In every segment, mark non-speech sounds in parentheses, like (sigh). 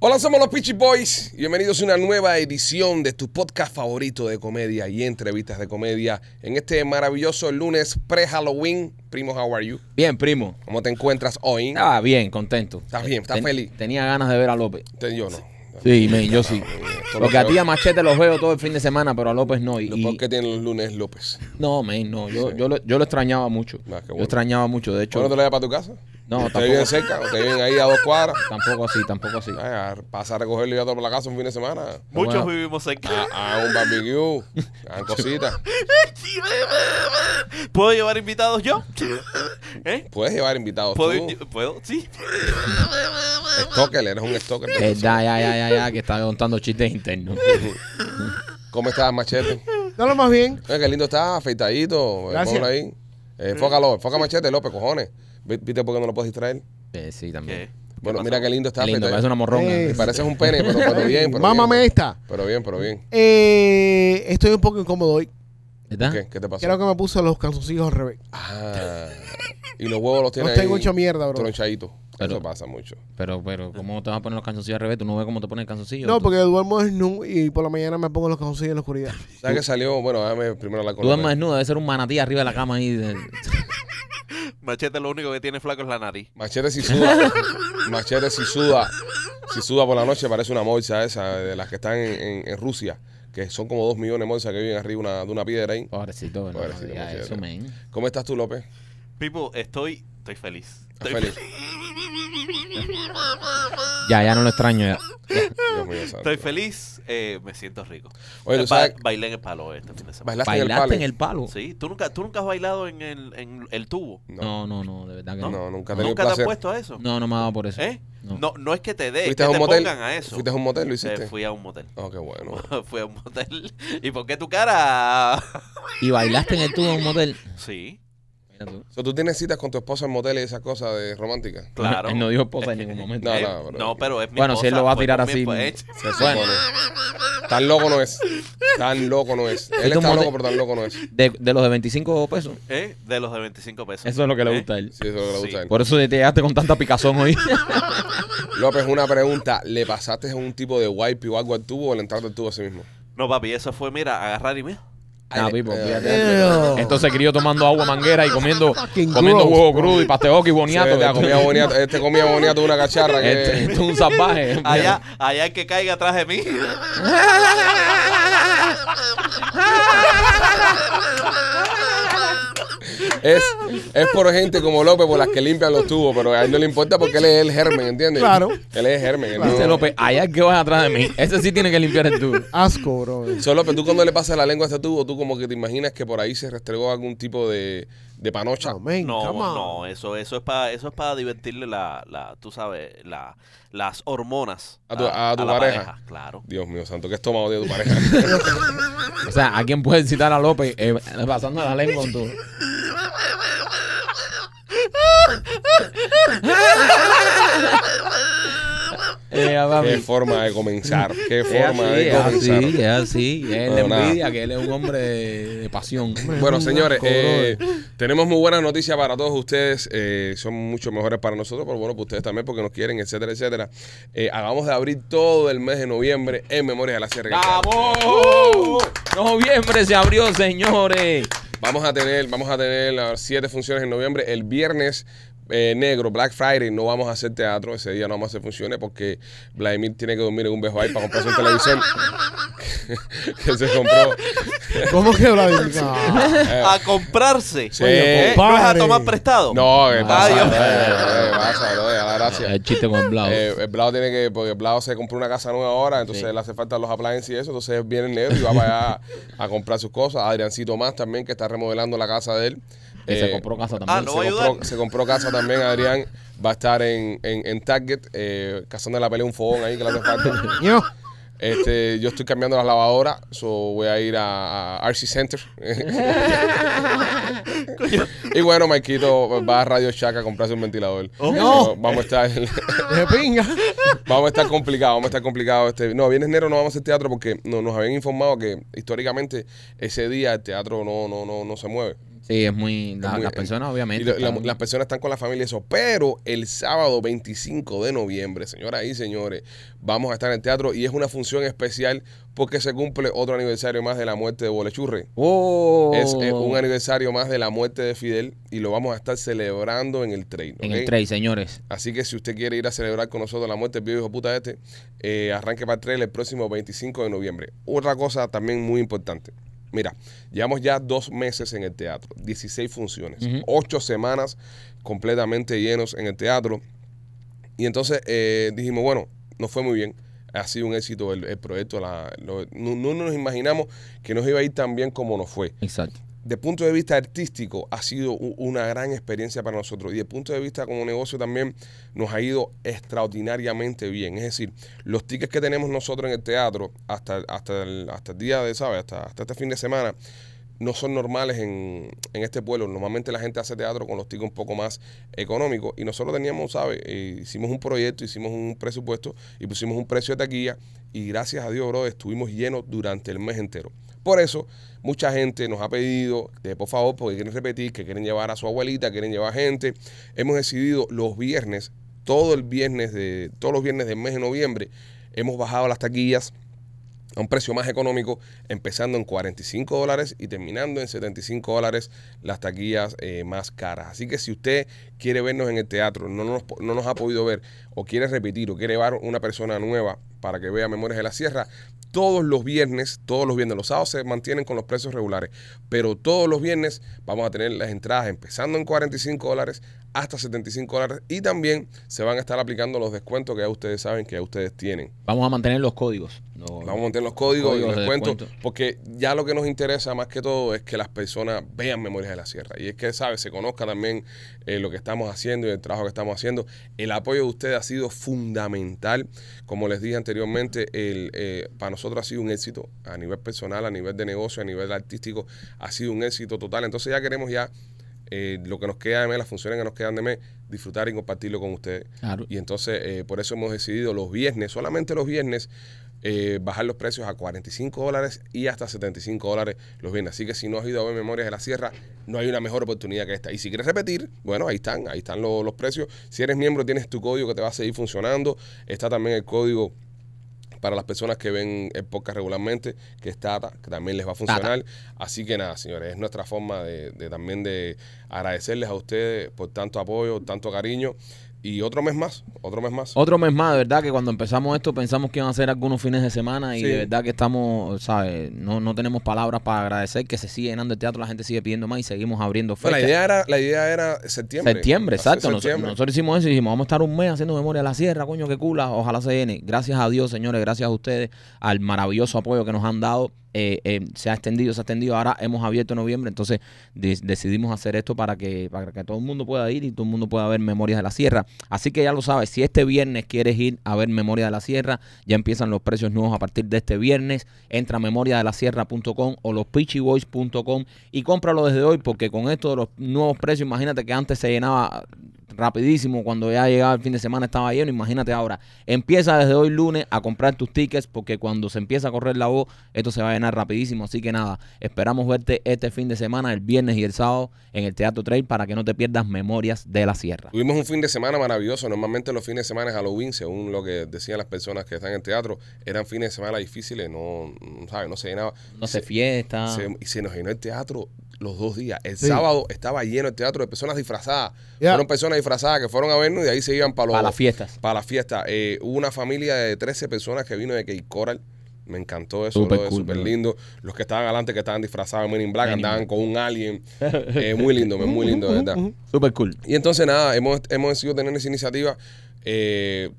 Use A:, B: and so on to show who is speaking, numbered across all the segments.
A: Hola, somos los Peachy Boys. Bienvenidos a una nueva edición de tu podcast favorito de comedia y entrevistas de comedia. En este maravilloso lunes pre-Halloween. Primo, how are you?
B: Bien, primo.
A: ¿Cómo te encuentras hoy?
B: Estaba Ah, bien, contento.
A: ¿Estás bien? ¿Estás
B: Ten-
A: feliz?
B: Tenía ganas de ver a López.
A: Te- Yo no.
B: Sí, men, yo sí.
A: todo
B: Porque a
A: lo
B: ti
A: que-
B: a Machete los veo todo el fin de semana, pero a López no. Y,
A: Lo
B: y-
A: peor que tienen los lunes López.
B: No, men, no. Yo,
A: Sí.
B: yo, lo, yo lo extrañaba mucho.
A: Ah, qué bueno.
B: Yo extrañaba mucho, de hecho.
A: ¿Yo no te lo llevas para tu casa?
B: No,
A: ¿Te viven
B: tampoco,
A: cerca o te viven ahí a dos cuadras?
B: tampoco así, tampoco así.
A: Ay, a- pasa a recogerlo y llevarlo para la casa un fin de semana.
C: Muchos
B: Bueno.
C: vivimos cerca.
A: A, a un barbecue, a cositas.
C: ¿Puedo llevar invitados yo? (laughs) ¿Eh?
A: Puedes llevar invitados
C: ¿Puedo?
A: tú.
C: ir yo? ¿Puedo? Sí.
A: Stalker, eres un stalker.
B: Eh, Verdad, ya, ya, ya, ya, que estaba contando chistes internos.
A: ¿Cómo estás, Machete?
D: No, lo más bien.
A: Oye, qué lindo está, afeitadito. eh,
D: Gracias.
A: Ponlo ahí. Eh, Enfócalo, enfoca machete, López, cojones. Vi- ¿Viste por qué no lo puedes distraer?
B: (laughs) Eh, sí,
C: ¿Qué?
B: también.
A: Bueno, mira qué lindo está
B: Qué lindo,
A: afeitadito.
B: parece una morronga.
D: Eh,
A: Pareces un pene, pero, pero bien. Pero
D: Mámame
A: bien,
D: esta.
A: Pero bien, pero bien.
D: Eh, estoy un poco incómodo hoy.
B: ¿Verdad?
A: ¿Qué? ¿Qué te pasó?
D: Creo que me puse los calzoncillos al revés.
A: Ah, y los huevos los tienes
D: Los tengo
A: ahí
D: hecho mierda, bro.
A: tronchaditos.
B: Pero-
A: Eso pasa mucho.
B: Pero, pero, ¿cómo te vas a poner los calzoncillos al revés? ¿Tú no ves cómo te pones el calzoncillo?
D: No,
B: Tú-
D: porque duermo desnudo y por la mañana me pongo los calzoncillos en la
A: (laughs)
D: oscuridad.
A: ¿Sabes qué salió? Bueno, déjame primero hablar con
B: Tú duermes
A: López.
B: desnudo, debe ser un manatí arriba de la cama ahí. de- (laughs)
C: Machete lo único que tiene flaco es la nariz.
A: Machete si suda. (laughs) machete si suda. Si suda por la noche parece una morsa esa de las que están en, en- en Rusia. Que son como dos millones de morsas que viven arriba una- de una piedra ahí.
B: Pobrecito, no,
A: Pobrecito,
B: digas
A: Machete.
B: eso, men.
A: ¿Cómo estás tú, López?
C: Pipo, estoy, estoy feliz. Estoy
A: feliz.
B: Ya, ya no lo extraño ya.
A: Dios mío, santo.
C: Estoy feliz, eh, me siento rico.
A: Oye,
C: Eh,
A: tú sabes,
C: ba- bailé en el palo este fin de semana.
A: bailaste en el
B: Bailaste
A: palo.
B: en el palo.
C: Sí, ¿Tú nunca, tú nunca has bailado en el, en el tubo.
A: No,
B: No, no, no, de verdad que
A: no,
B: no.
A: nunca te dio
C: ¿Nunca te has
A: placer.
C: puesto a eso?
B: No, no me ha dado por eso.
C: ¿Eh?
B: No.
C: No. no, es que te dé, es
A: ¿Fuiste
C: que
A: a un
C: te
A: motel?
C: pongan a eso.
A: ¿Fuiste a un motel? ¿Lo
C: Eh,
A: hiciste?
C: fui a un motel. (laughs)
A: Oh, qué bueno.
C: fui a un motel. (laughs) ¿Y por qué tu cara? (laughs)
B: Y bailaste en el tubo en un motel.
C: sí,
B: Mira tú.
A: So, ¿Tú tienes citas con tu esposa en motel y esas cosas de románticas?
C: claro.
B: Él no dijo esposa en ningún momento.
A: No,
C: Eh,
A: no, pero-
C: pero es mi
B: bueno, si él
C: esposa,
B: lo va a
C: fue
B: tirar
C: con mi eh,
B: así. pues,
C: esposa. (laughs)
B: Bueno,
A: Tan loco no es. Tan loco no
C: (laughs)
A: es. Él
B: Fuiste a un
A: está
B: motel.
A: loco, pero tan loco no es. Sí,
B: de, de los de 25 pesos,
C: ¿Eh? De los de 25 pesos.
B: eso es lo que le
C: ¿Eh?
B: gusta a él.
A: eso es lo que le gusta a él.
B: Por eso te llegaste con tanta picazón hoy.
A: López, una pregunta. ¿Le pasaste un tipo de wipe o algo al tubo o le entraste al tubo a sí mismo?
C: No, papi, eso fue, mira, agarrar y mira.
B: Ah, pipo,
A: eh,
B: fíjate.
D: Ew.
B: Entonces crió tomando agua manguera y comiendo,
D: Fucking
B: comiendo
D: gross,
B: huevo
D: bro.
B: crudo y pasteoco y boniato.
A: Sí,
B: ¿verdad?
A: este comía
B: (laughs)
A: boniato, este comía boniato de una cacharra que...
B: Este- este es un salvaje.
C: Allá, allá el que caiga atrás de mí.
A: (laughs) Es, es por gente como López, por las que limpian los tubos, pero a él no le importa porque él es el germen, ¿entiendes?
D: Claro.
A: Él es germen. él no-
B: Dice López, allá que vas atrás de mí. Ese sí tiene que limpiar el tubo.
D: Asco, bro.
A: So, López, tú cuando le pasas la lengua a este tubo, tú como que te imaginas que por ahí se restregó algún tipo de, de panocha.
D: No, man,
C: No,
D: come on.
C: no, eso, eso es para, eso es para divertirle la, la, tú sabes, la, las hormonas
A: A tu- a tu
C: la
A: pareja. (laughs)
C: Claro.
A: Dios mío santo, qué estómago de tu pareja.
D: (laughs)
B: O sea, ¿a quién puede citar a López eh, pasando la lengua en tu... Eh, papi.
A: qué forma de comenzar. Qué
B: Es
A: forma
B: así,
A: de
B: es
A: comenzar.
B: así, es así. Es la
A: No, nada.
B: envidia, que él es un hombre de, de pasión.
A: Bueno, señores,
D: Asco, bro.
A: eh, tenemos muy buenas noticias para todos ustedes. eh, son mucho mejores para nosotros, pero bueno, para ustedes también, porque nos quieren, etcétera, etcétera. Eh, acabamos de abrir todo el mes de noviembre en Memoria de la Sierra.
B: ¡Vamos! Noviembre se abrió, señores.
A: Vamos a tener, vamos a tener las siete funciones en noviembre. El viernes eh, negro, Black Friday, no vamos a hacer teatro. Ese día no vamos a hacer funciones porque Vladimir tiene que dormir en un bejo ahí para comprarse un televisor (laughs) que se compró.
D: ¿Cómo
A: (laughs)
D: que Vladimir? Ah,
C: A comprarse.
A: Eh. Sí.
C: ¿Eh? ¿No es a
D: compadre.
C: tomar prestado?
A: No, ¿qué
B: Ah,
A: pasa?
C: Dios.
A: Eh, eh, pasa, bro, ya, la gracia.
B: El chiste con Blau.
A: Eh, el Blau tiene que, porque Blau se compró una casa nueva ahora, entonces le hace falta los appliances y eso, entonces viene el negro y va para allá a comprar sus cosas. Adriancito más también, que está remodelando la casa de él.
B: que se
A: Eh,
B: compró casa
C: Ah,
B: también.
C: ¿lo
A: se,
C: va a ayudar?
A: compró, se compró casa también, Adrián. Va a estar en, en, en Target, eh, cazando la pelea un fogón ahí que le hace
B: (laughs)
A: falta.
D: ño.
A: Este, yo estoy cambiando las lavadoras, so voy a ir a, a RC
C: (laughs)
A: Center. (laughs) y bueno, Maikito va a Radio Shack a comprarse un ventilador.
B: Oh.
D: No.
A: So, Vamos a estar ah,
D: De pinga.
A: vamos a estar complicados, vamos a estar complicados. Este, no, viernes negro no vamos a hacer teatro porque no, nos habían informado que históricamente ese día el teatro no, no, no, no se mueve.
B: Sí, es muy. la-
A: muy- eh,
B: las personas, obviamente.
A: Y lo- la-
B: están-
A: las personas están con la familia y eso. Pero el sábado 25 de noviembre, señoras y señores, vamos a estar en el teatro y es una función especial porque se cumple otro aniversario más de la muerte de Bolechurre.
B: ¡Oh!
A: Es eh, un aniversario más de la muerte de Fidel y lo vamos a estar celebrando en el train.
B: En
A: ¿ok?
B: el tray, señores.
A: Así que si usted quiere ir a celebrar con nosotros la muerte del viejo hijo de puta este, eh, arranque para el trail el próximo 25 de noviembre. Otra cosa también muy importante. Mira, llevamos ya dos meses en el teatro, 16 funciones,
B: Ujú.
A: ocho semanas completamente llenos en el teatro. Y entonces eh, dijimos, bueno, nos fue muy bien. Ha sido un éxito el, el proyecto. la- lo- no, no nos imaginamos que nos iba a ir tan bien como nos fue
B: Exacto.
A: de punto de vista artístico ha sido u- una gran experiencia para nosotros y de punto de vista como negocio también nos ha ido extraordinariamente bien. Es decir, los tickets que tenemos nosotros en el teatro hasta, hasta, el, hasta el día de, ¿sabes? Hasta, hasta este fin de semana no son normales en, en este pueblo. Normalmente la gente hace teatro con los tickets un poco más económicos y nosotros teníamos, ¿sabes? Eh, hicimos un proyecto, hicimos un presupuesto y pusimos un precio de taquilla y gracias a Dios, bro, estuvimos llenos durante el mes entero. Por eso, mucha gente nos ha pedido, de, por favor, porque quieren repetir, que quieren llevar a su abuelita, quieren llevar gente. Hemos decidido los viernes, todo el viernes de, todos los viernes del mes de noviembre, hemos bajado las taquillas a un precio más económico, empezando en 45 dólares y terminando en 75 dólares las taquillas eh, más caras. Así que si usted quiere vernos en el teatro, no nos, po- no nos ha podido ver, o quiere repetir, o quiere llevar una persona nueva para que vea Memorias de la Sierra, todos los viernes, todos los viernes, los sábados se mantienen con los precios regulares, pero todos los viernes vamos a tener las entradas empezando en 45 dólares hasta 75 dólares y también se van a estar aplicando los descuentos que ya ustedes saben que ya ustedes tienen.
B: Vamos a mantener los códigos. Los-
A: Vamos a mantener los códigos,
B: Códigos
A: y
B: de
A: los cuentos.
B: descuento.
A: Porque ya lo que nos interesa más que todo es que las personas vean Memorias de la Sierra. Y es que, ¿sabes? Se conozca también eh, lo que estamos haciendo y el trabajo que estamos haciendo. El apoyo de ustedes ha sido fundamental. Como les dije anteriormente, el, eh, para nosotros ha sido un éxito a nivel personal, a nivel de negocio, a nivel artístico. Ha sido un éxito total. Entonces ya queremos ya... eh, lo que nos queda de mes, las funciones que nos quedan de mes, disfrutar y compartirlo con ustedes.
B: Claro.
A: Y entonces, eh, por eso hemos decidido los viernes, solamente los viernes, eh, bajar los precios a 45 dólares y hasta 75 dólares los viernes. Así que si no has ido a ver Memorias de la Sierra, no hay una mejor oportunidad que esta. Y si quieres repetir, bueno, ahí están, ahí están lo- los precios. Si eres miembro, tienes tu código que te va a seguir funcionando. Está también el código para las personas que ven el podcast regularmente, que es Tata, que también les va a funcionar. Así que nada, señores, es nuestra forma de, de también de agradecerles a ustedes por tanto apoyo, tanto cariño. Y otro mes más, otro mes más.
B: Otro mes más, de verdad que cuando empezamos esto pensamos que iban a ser algunos fines de semana y
A: Sí.
B: de verdad que estamos, ¿sabes? No, no tenemos palabras para agradecer que se sigue llenando el teatro, la gente sigue pidiendo más y seguimos abriendo
A: No,
B: fechas.
A: la idea era, la idea era septiembre.
B: Septiembre,
A: Hacer
B: exacto. Nos-
A: septiembre.
B: nosotros hicimos eso y dijimos, vamos a estar un mes haciendo memoria a la sierra, coño, qué cula, ojalá se llene. Gracias a Dios, señores, gracias a ustedes, al maravilloso apoyo que nos han dado. Eh, eh, se ha extendido, se ha extendido. Ahora hemos abierto en noviembre, entonces de- decidimos hacer esto para que, para que todo el mundo pueda ir y todo el mundo pueda ver Memorias de la Sierra. Así que ya lo sabes, si este viernes quieres ir a ver Memorias de la Sierra, ya empiezan los precios nuevos a partir de este viernes. Entra a memoriadelasierra.com o lospitchyboys.com y cómpralo desde hoy porque con esto de los nuevos precios, imagínate que antes se llenaba rapidísimo cuando ya llegaba el fin de semana estaba lleno, imagínate ahora. Empieza desde hoy lunes a comprar tus tickets porque cuando se empieza a correr la voz, esto se va a llenar rapidísimo, así que nada, esperamos verte este fin de semana, el viernes y el sábado en el Teatro Trail para que no te pierdas Memorias de la Sierra.
A: Tuvimos un fin de semana maravilloso. Normalmente los fines de semana es Halloween, según lo que decían las personas que están en el teatro, eran fines de semana difíciles, no, no, ¿sabes? no se llenaba.
B: No se
A: Se-
B: fiesta.
A: Se- y se nos llenó el teatro los dos días. El
D: Sí.
A: sábado estaba lleno el teatro de personas disfrazadas.
D: Ya.
A: Fueron personas disfrazadas que fueron a vernos y de ahí se iban para los-
B: Para las fiestas.
A: Para la fiesta. Eh, hubo una familia de 13 personas que vino de Cape Coral. Me encantó eso,
B: Súper
A: brother,
B: cool,
A: súper
B: brother.
A: lindo. Los que estaban adelante, que estaban disfrazados de Men in Black,
B: Men in
A: andaban con un
B: (laughs)
A: alien. Eh, muy lindo, men, muy lindo, de verdad.
B: Super cool.
A: Y entonces nada, hemos, hemos decidido tener esa iniciativa eh,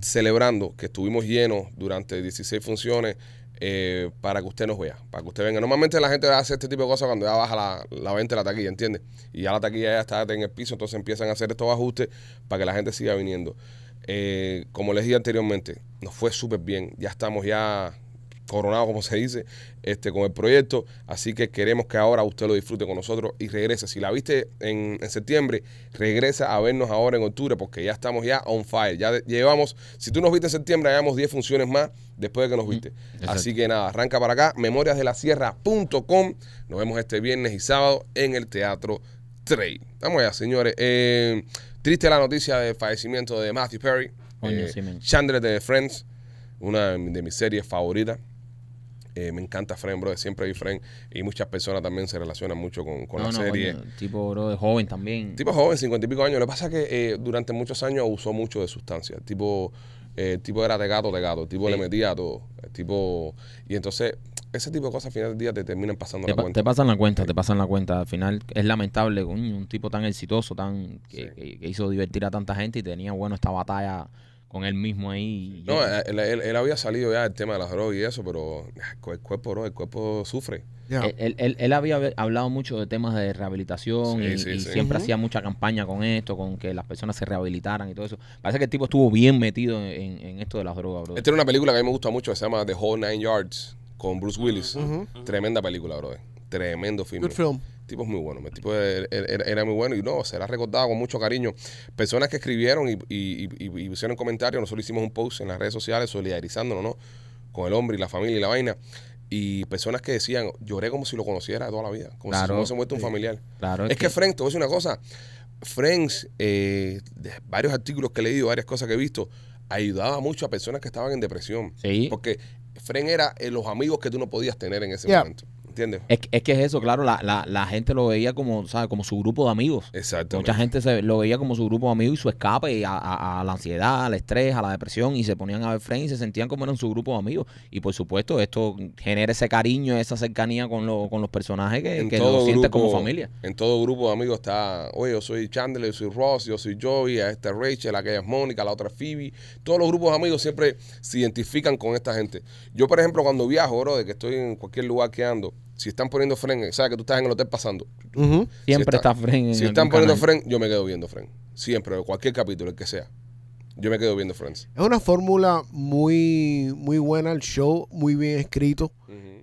A: celebrando que estuvimos llenos durante 16 funciones eh, para que usted nos vea, para que usted venga. Normalmente la gente hace este tipo de cosas cuando ya baja la, la venta de la taquilla, ¿entiendes? Y ya la taquilla ya está en el piso, entonces empiezan a hacer estos ajustes para que la gente siga viniendo. Eh, como les dije anteriormente, nos fue súper bien, ya estamos ya coronado, como se dice, este, con el proyecto. Así que queremos que ahora usted lo disfrute con nosotros y regrese. Si la viste en, en septiembre, regresa a vernos ahora en octubre, porque ya estamos ya on fire. Ya de- llevamos, si tú nos viste en septiembre, llevamos 10 funciones más después de que nos viste.
B: Mm, exacto.
A: Así que nada, arranca para acá, memoriasdelasierra.com. Nos vemos este viernes y sábado en el Teatro Trade. Vamos allá, señores. Eh, triste la noticia del fallecimiento de Matthew Perry.
B: Coño,
A: Eh,
B: sí, man.
A: Chandler de Friends, una de mi- de mis series favoritas. Eh, me encanta Friends, bro. Siempre vi Friends. Y muchas personas también se relacionan mucho con, con
B: no,
A: la
B: no,
A: serie.
B: coño, tipo, bro, de joven también.
A: Tipo joven, cincuenta y pico años. Lo que pasa es que eh, durante muchos años abusó mucho de sustancias. Tipo, eh, el tipo era de gato, de gato. El tipo le metía a todo. El tipo. Y entonces, ese tipo de cosas al final del día te terminan pasando
B: te,
A: la
B: pa-
A: cuenta.
B: te pasan la cuenta, te pasan la cuenta. Al final es lamentable, coño, un tipo tan exitoso, tan que,
A: Sí.
B: que- que hizo divertir a tanta gente y tenía, bueno, esta batalla con él mismo ahí.
A: No, eh, él, él- él había salido ya del tema de las drogas y eso, pero ah, el cuerpo, bro, el cuerpo sufre.
D: Ya.
B: Eh,
A: Eh,
B: Él, él- él- él había hablado mucho de temas de rehabilitación
A: Sí,
B: y,
A: sí,
B: y
A: sí.
B: siempre
D: Ujú.
B: hacía mucha campaña con esto, con que las personas se rehabilitaran y todo eso. Parece que el tipo estuvo bien metido en, en esto de las drogas, bro.
A: Esta tiene una película que a mí me gusta mucho que se llama The Whole Nine Yards con Bruce Willis.
D: Ah, Ujú.
A: Tremenda película, brother. Tremendo filme.
D: Good film.
A: El tipo es muy bueno. El tipo era, era- era muy bueno y no, será recordado con mucho cariño. Personas que escribieron y, y- y- y pusieron comentarios, nosotros hicimos un post en las redes sociales solidarizándonos ¿no? con el hombre y la familia y la vaina. Y personas que decían, lloré como si lo conociera de toda la vida, como si
B: Claro.
A: se hubiese muerto un familiar.
B: Claro,
A: Es, que, Friends, te voy a decir una cosa. Friends, eh, de varios artículos que he leído, varias cosas que he visto, ayudaba mucho a personas que estaban en depresión.
B: Sí.
A: Porque Friends era eh, los amigos que tú no podías tener en ese
D: Yeah.
A: momento. ¿Entiendes?
B: Es, que- es que es eso, claro, la, la- la gente lo veía como, ¿sabes? como su grupo de amigos.
A: Exacto.
B: Mucha gente se lo veía como su grupo de amigos y su escape a, a- a la ansiedad, al estrés, a la depresión y se ponían a ver Friends y se sentían como eran su grupo de amigos. Y por supuesto esto genera ese cariño, esa cercanía con, lo- con los personajes que, que lo sientes como familia.
A: En todo grupo de amigos está, oye, yo soy Chandler, yo soy Ross, yo soy Joey, a esta es Rachel, aquella es Mónica, la otra es Phoebe. Todos los grupos de amigos siempre se identifican con esta gente. Yo, por ejemplo, cuando viajo, bro, de que estoy en cualquier lugar que ando, si están poniendo Friends, eh, sabes que tú estás en el hotel pasando.
D: Ujú.
B: Siempre
A: está-
B: está, Friends en
A: si
B: algún
A: están poniendo
B: canal.
A: Friends, yo me quedo viendo Friends. Siempre, cualquier capítulo, el que sea. Yo me quedo viendo Friends.
D: Es una fórmula muy, muy buena el show, muy bien escrito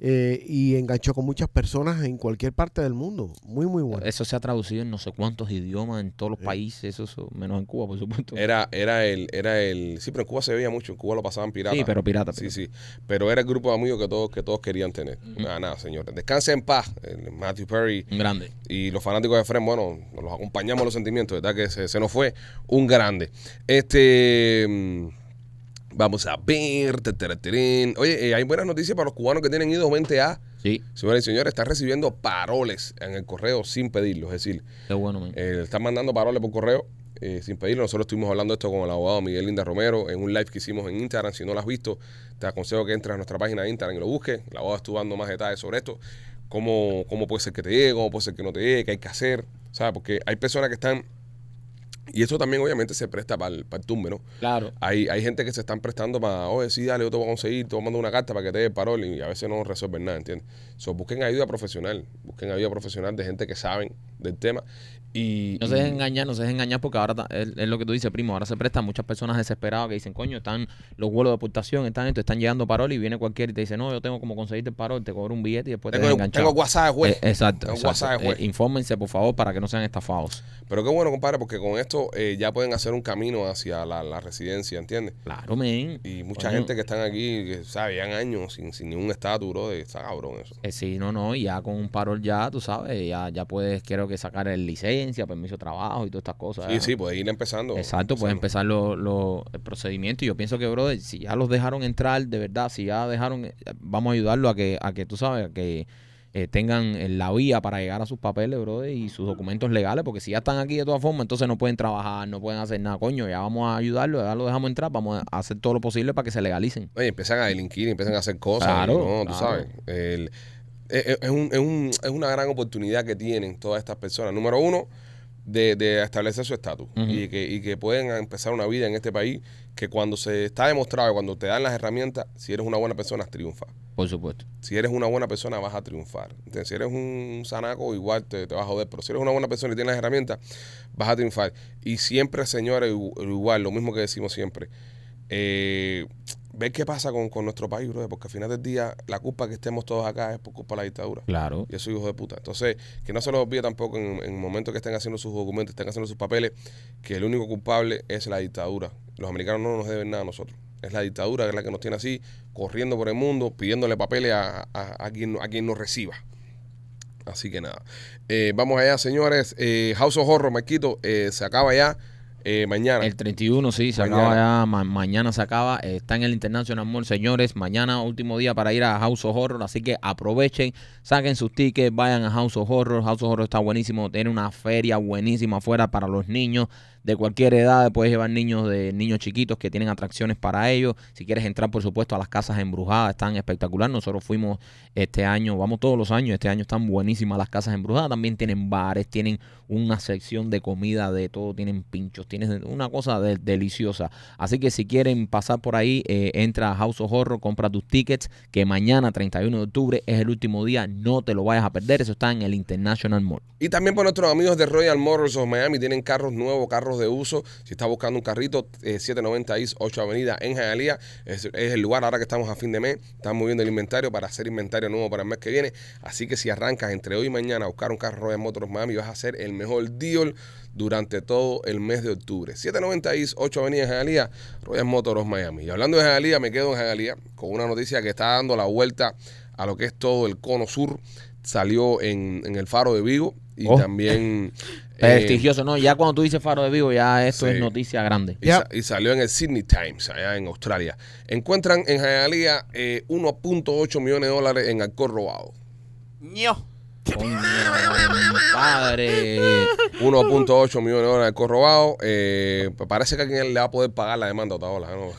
D: eh, y enganchó con muchas personas en cualquier parte del mundo. Muy, muy
A: Eh.
D: bueno.
B: Eso se ha traducido en no sé cuántos idiomas, en todos los países, eso, eso- menos en Cuba, por supuesto.
A: Era, era el, era el. Sí, pero en Cuba se veía mucho, en Cuba lo pasaban pirata.
B: Sí, pero pirata.
A: Sí, sí. Pero era el grupo de amigos que todos, que todos querían tener. Nada, nada, señores. Descanse en paz, el Matthew Perry.
B: Un grande.
A: Y los fanáticos de Fren, bueno, los acompañamos en los sentimientos, ¿verdad? Que se, se nos fue un grande. Este. mm, Vamos a ver. ta, ta, ta, tarín. Oye, eh, hay buenas noticias para los cubanos que tienen ido 20A.
B: Sí,
A: Señores y señores, están recibiendo paroles en el correo sin pedirlo. Es decir,
B: qué bueno, man.
A: eh, están mandando paroles por correo eh, sin pedirlo. Nosotros estuvimos hablando esto con el abogado Miguel Linda Romero en un live que hicimos en Instagram. Si no lo has visto, te aconsejo que entres a nuestra página de Instagram y lo busques. El abogado estuvo dando más detalles sobre esto. Cómo, cómo puede ser que te llegue, cómo puede ser que no te llegue, qué hay que hacer. ¿Sabes? Porque hay personas que están... Y esto también obviamente se presta para el, para el tumbe, ¿no?
B: Claro.
A: Hay, hay gente que se están prestando para, oye, sí, dale, yo te voy a conseguir, te voy a mandar una carta para que te dé el parol y a veces no resuelven nada, ¿entiendes? So, busquen ayuda profesional, busquen ayuda profesional de gente que saben del tema
B: Pues
A: y...
B: No se dejes engañar, no se dejes engañar porque ahora ta- es, es lo que tú dices, primo. Ahora se prestan muchas personas desesperadas que dicen, coño, están los vuelos de deportación, están esto, están llegando parol y viene cualquiera y te dice, no, yo tengo como conseguirte el parol, te cobro un billete y después te dejan
A: tengo,
B: enganchado.
A: tengo WhatsApp de juez.
B: Eh, exacto.
A: Tengo
B: exacto.
A: WhatsApp de juez.
B: Eh, infórmense, por favor, para que no sean estafados.
A: Pero qué bueno, compadre, porque con esto eh, ya pueden hacer un camino hacia la, la residencia, ¿entiendes?
B: Claro, men.
A: Y mucha
B: Coño.
A: gente que están aquí, que sabe, llevan años sin, sin ningún estatus, bro, de- está cabrón eso.
B: Eh, sí, no, no, y ya con un parol ya, tú sabes, ya, ya puedes, quiero que sacar el licencia, permiso de trabajo y todas estas cosas.
A: Sí,
B: ya.
A: sí, puedes ir empezando.
B: Exacto, puedes
A: empezando.
B: empezar lo, lo- el procedimiento. Y yo pienso que, brother, si ya los dejaron entrar, de verdad, si ya dejaron, eh, vamos a ayudarlo a que, a que tú sabes, a que eh, tengan eh, la vía para llegar a sus papeles, brother, y sus documentos legales, porque si ya están aquí de todas formas, entonces no pueden trabajar, no pueden hacer nada, coño, ya vamos a ayudarlo, ya lo dejamos entrar, vamos a hacer todo lo posible para que se legalicen.
A: Oye, empiezan a delinquir, empiezan a hacer cosas.
B: Claro,
A: ¿no? Tú
B: claro.
A: sabes. El- e, es, es un- es un- es una gran oportunidad que tienen todas estas personas. Número uno, de, de establecer su estatus
B: Ujú.
A: y, que, y que pueden empezar una vida en este país que cuando se está demostrado, y cuando te dan las herramientas, si eres una buena persona, triunfa.
B: Por supuesto.
A: Si eres una buena persona, vas a triunfar. Entonces, si eres un sanaco, igual te, te vas a joder. Pero si eres una buena persona y tienes las herramientas, vas a triunfar. Y siempre, señores, igu- igual, lo mismo que decimos siempre. eh, ver qué pasa con, con nuestro país, brother, porque al final del día la culpa que estemos todos acá es por culpa de la dictadura.
B: Claro.
A: Y eso hijo de puta. Entonces, que no se los olvide tampoco en, en el momento que estén haciendo sus documentos, estén haciendo sus papeles, que el único culpable es la dictadura. Los americanos no nos deben nada a nosotros. Es la dictadura que es la que nos tiene así, corriendo por el mundo, pidiéndole papeles a, a- a quien, a quien nos reciba. Así que nada. Eh, vamos allá, señores. Eh, House of Horror, Marquito, eh, se acaba ya eh, mañana.
B: El 31, sí, se
A: Mañana.
B: acaba ya, ma- mañana se acaba, eh, está en el International Mall, señores, mañana último día para ir a House of Horror, así que aprovechen, saquen sus tickets, vayan a House of Horror, House of Horror está buenísimo, tiene una feria buenísima afuera para los niños de cualquier edad, puedes llevar niños de niños chiquitos que tienen atracciones para ellos, si quieres entrar por supuesto a las casas embrujadas, están espectacular, nosotros fuimos este año, vamos todos los años, este año están buenísimas las casas embrujadas, también tienen bares, tienen una sección de comida de todo, tienen pinchos, tienen una cosa de- deliciosa. Así que si quieren pasar por ahí, eh, entra a House of Horror, compra tus tickets, que mañana 31 de octubre es el último día, no te lo vayas a perder, eso está en el International Mall.
A: Y también por nuestros amigos de Royal Motors of Miami, tienen carros nuevos, carros de uso. Si estás buscando un carrito, eh, 790 East 8 Avenida en Hialeah, es, es el lugar ahora que estamos a fin de mes. Estamos moviendo el inventario para hacer inventario nuevo para el mes que viene. Así que si arrancas entre hoy y mañana a buscar un carro Royal Motors of Miami, vas a hacer el mejor deal durante todo el mes de octubre. 790 East 8 Avenida en Hialeah, Royal Motors of Miami. Y hablando de Hialeah, me quedo en Hialeah con una noticia que está dando la vuelta a lo que es todo el cono sur. Salió en, en el Faro de Vigo y
B: Oh.
A: también.
B: (laughs)
A: eh,
B: Prestigioso, ¿no? Ya cuando tú dices Faro de Vivo, ya esto
A: Sí.
B: es noticia grande.
A: y, sa- y salió en el Sydney Times, allá en Australia. Encuentran en Hialeah eh, 1.8 millones de dólares en alcohol
B: (laughs)
A: robado.
C: Ño.
B: Coño, padre.
A: 1.8 millones de dólares de alcohol robado. Eh, pa- parece que alguien le va a poder pagar la demanda a Otaola.
B: (laughs)
A: ¿no?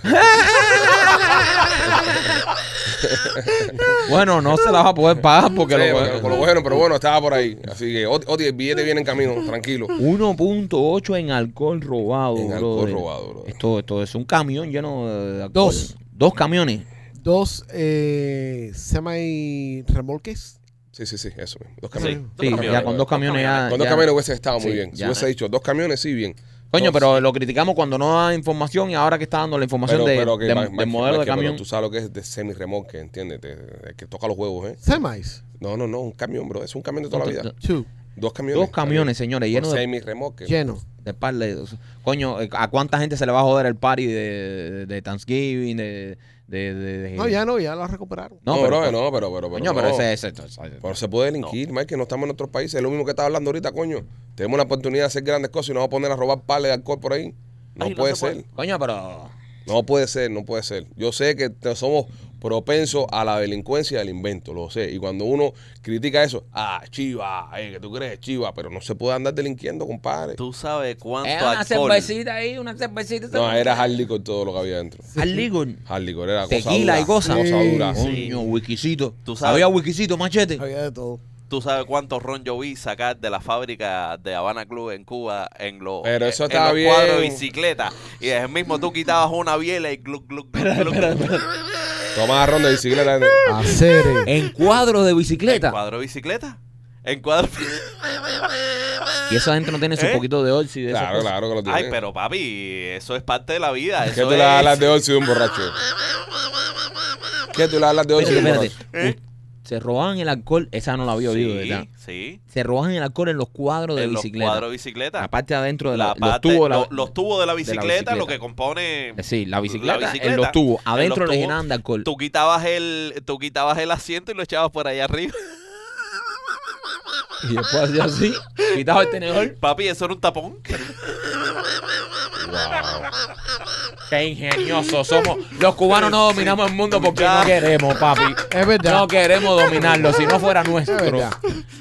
B: Bueno, no se la vas a poder pagar porque
A: Sí,
B: lo,
A: porque lo cogieron, pero bueno, estaba por ahí. Así que, Oti, Oti, el billete viene en camino,
B: (laughs)
A: tranquilo.
B: 1.8 en alcohol robado.
A: En alcohol
B: Oh, brother.
A: robado, brother.
B: Esto, esto es un camión lleno de alcohol.
D: Dos.
B: Dos camiones.
D: Dos eh, semi-remolques.
A: Sí, sí, sí, eso mismo. Dos
C: Sí,
A: camiones.
C: dos
B: Sí,
C: camiones.
B: ya con dos camiones ya.
A: Con dos
B: ya.
A: camiones hubiese estado muy
B: Sí,
A: bien. Si
B: ya.
A: hubiese dicho dos camiones, sí, bien.
B: Coño,
A: Dos.
B: pero lo criticamos cuando no da información y ahora que está dando la información
A: Pero,
B: de,
A: pero que
B: de-
A: ma-
B: del
A: ma-
B: modelo
A: ma-
B: de
A: que- pero
B: camión.
A: Tú sabes lo que es de semi-remolque, ¿entiendes? Te- el que toca los huevos, ¿eh?
D: Semis.
A: No, no, no, un camión, bro. Es un camión de toda la vida.
D: Two.
A: Dos camiones.
B: Dos camiones, señores, llenos de,
A: semi-remolque.
D: Lleno.
B: de par de- Coño, eh, ¿a cuánta gente se le va a joder el party de, de, de Thanksgiving? De, de, de- de-
D: No, ya no, ya lo recuperaron.
A: No,
B: No, pero,
A: bro, no, pero, pero, pero.
B: coño,
A: no.
B: pero ese, ese- ese-
A: Pero se puede delinquir, Mike, que no estamos en nuestros países. Es lo mismo que estaba hablando ahorita, coño. Tenemos la oportunidad de hacer grandes cosas y nos vamos a poner a robar pales de alcohol por ahí. No
C: Ay, no
A: puede
C: se
A: ser.
C: puede.
B: Coño, pero...
A: No puede ser, no puede ser. Yo sé que te- somos propensos a la delincuencia y al invento, lo sé. Y cuando uno critica eso, ah, chiva, eh, que tú crees, chiva, pero no se puede andar delinquiendo, compadre.
C: Tú sabes cuánto
B: Es una
C: alcohol.
B: cervecita ahí, una cervecita.
A: No, era hard liquor todo lo que había dentro.
B: Al Ligon.
A: Hard liquor, era cosa
B: Tequila
A: dura,
B: y cosa.
A: Cosa
D: Sí.
A: dura.
C: Sí.
B: Coño, wikisito.
C: Tú sabes.
B: ¿Había wikisito, machete?
D: (laughs) Había de todo.
C: Tú sabes cuánto ron yo vi sacar de la fábrica de Habana Club en Cuba en los,
A: Pero eso
C: en
A: está
C: los cuadros de
A: bien.
C: bicicleta. Y es mismo tú quitabas una biela y gluc, gluc, gluc, gluc.
A: Tomaba ron de bicicleta.
D: (laughs) Hacer.
B: En cuadros de bicicleta.
C: ¿En cuadro de bicicleta? En cuadro...
A: (laughs)
B: Y esa gente no tiene su
C: ¿Eh?
B: poquito de orsi de esas
A: Claro,
B: cosas.
A: claro que lo tiene.
C: Ay, pero papi, eso es parte de la vida.
A: ¿Qué
C: Eso
A: tú le
C: es...
A: vas a hablar de Orsi de un borracho? ¿Qué tú le vas a hablar de Orsi de un
B: Espérate,
A: borracho?
B: espérate. U- Se robaban el alcohol, esa no la había oído, ¿verdad?
C: Sí, sí.
B: Se robaban el alcohol en los cuadros de
C: en los
B: bicicleta.
C: cuadros de bicicleta.
B: La parte de adentro de la,
C: La
B: los
C: parte-
B: tubos. la-
C: lo- los tubos de
B: de
C: la
B: la
C: bicicleta,
B: bicicleta.
C: lo que compone...
B: Sí, la bicicleta, en
C: bicicleta,
B: los tubos.
C: en los
B: Adentro le
C: tubos.
B: llenaban de alcohol.
C: Tú quitabas el, tú quitabas el asiento y lo echabas por allá arriba.
B: Y después hacía así, quitaba el
C: (laughs)
B: tenedor.
C: Papi, eso era un tapón.
B: ¡Qué ingeniosos somos! Los cubanos no dominamos el mundo porque no queremos, papi.
D: Es verdad.
B: No queremos dominarlo, si no fuera
D: Es
B: nuestro.
D: verdad.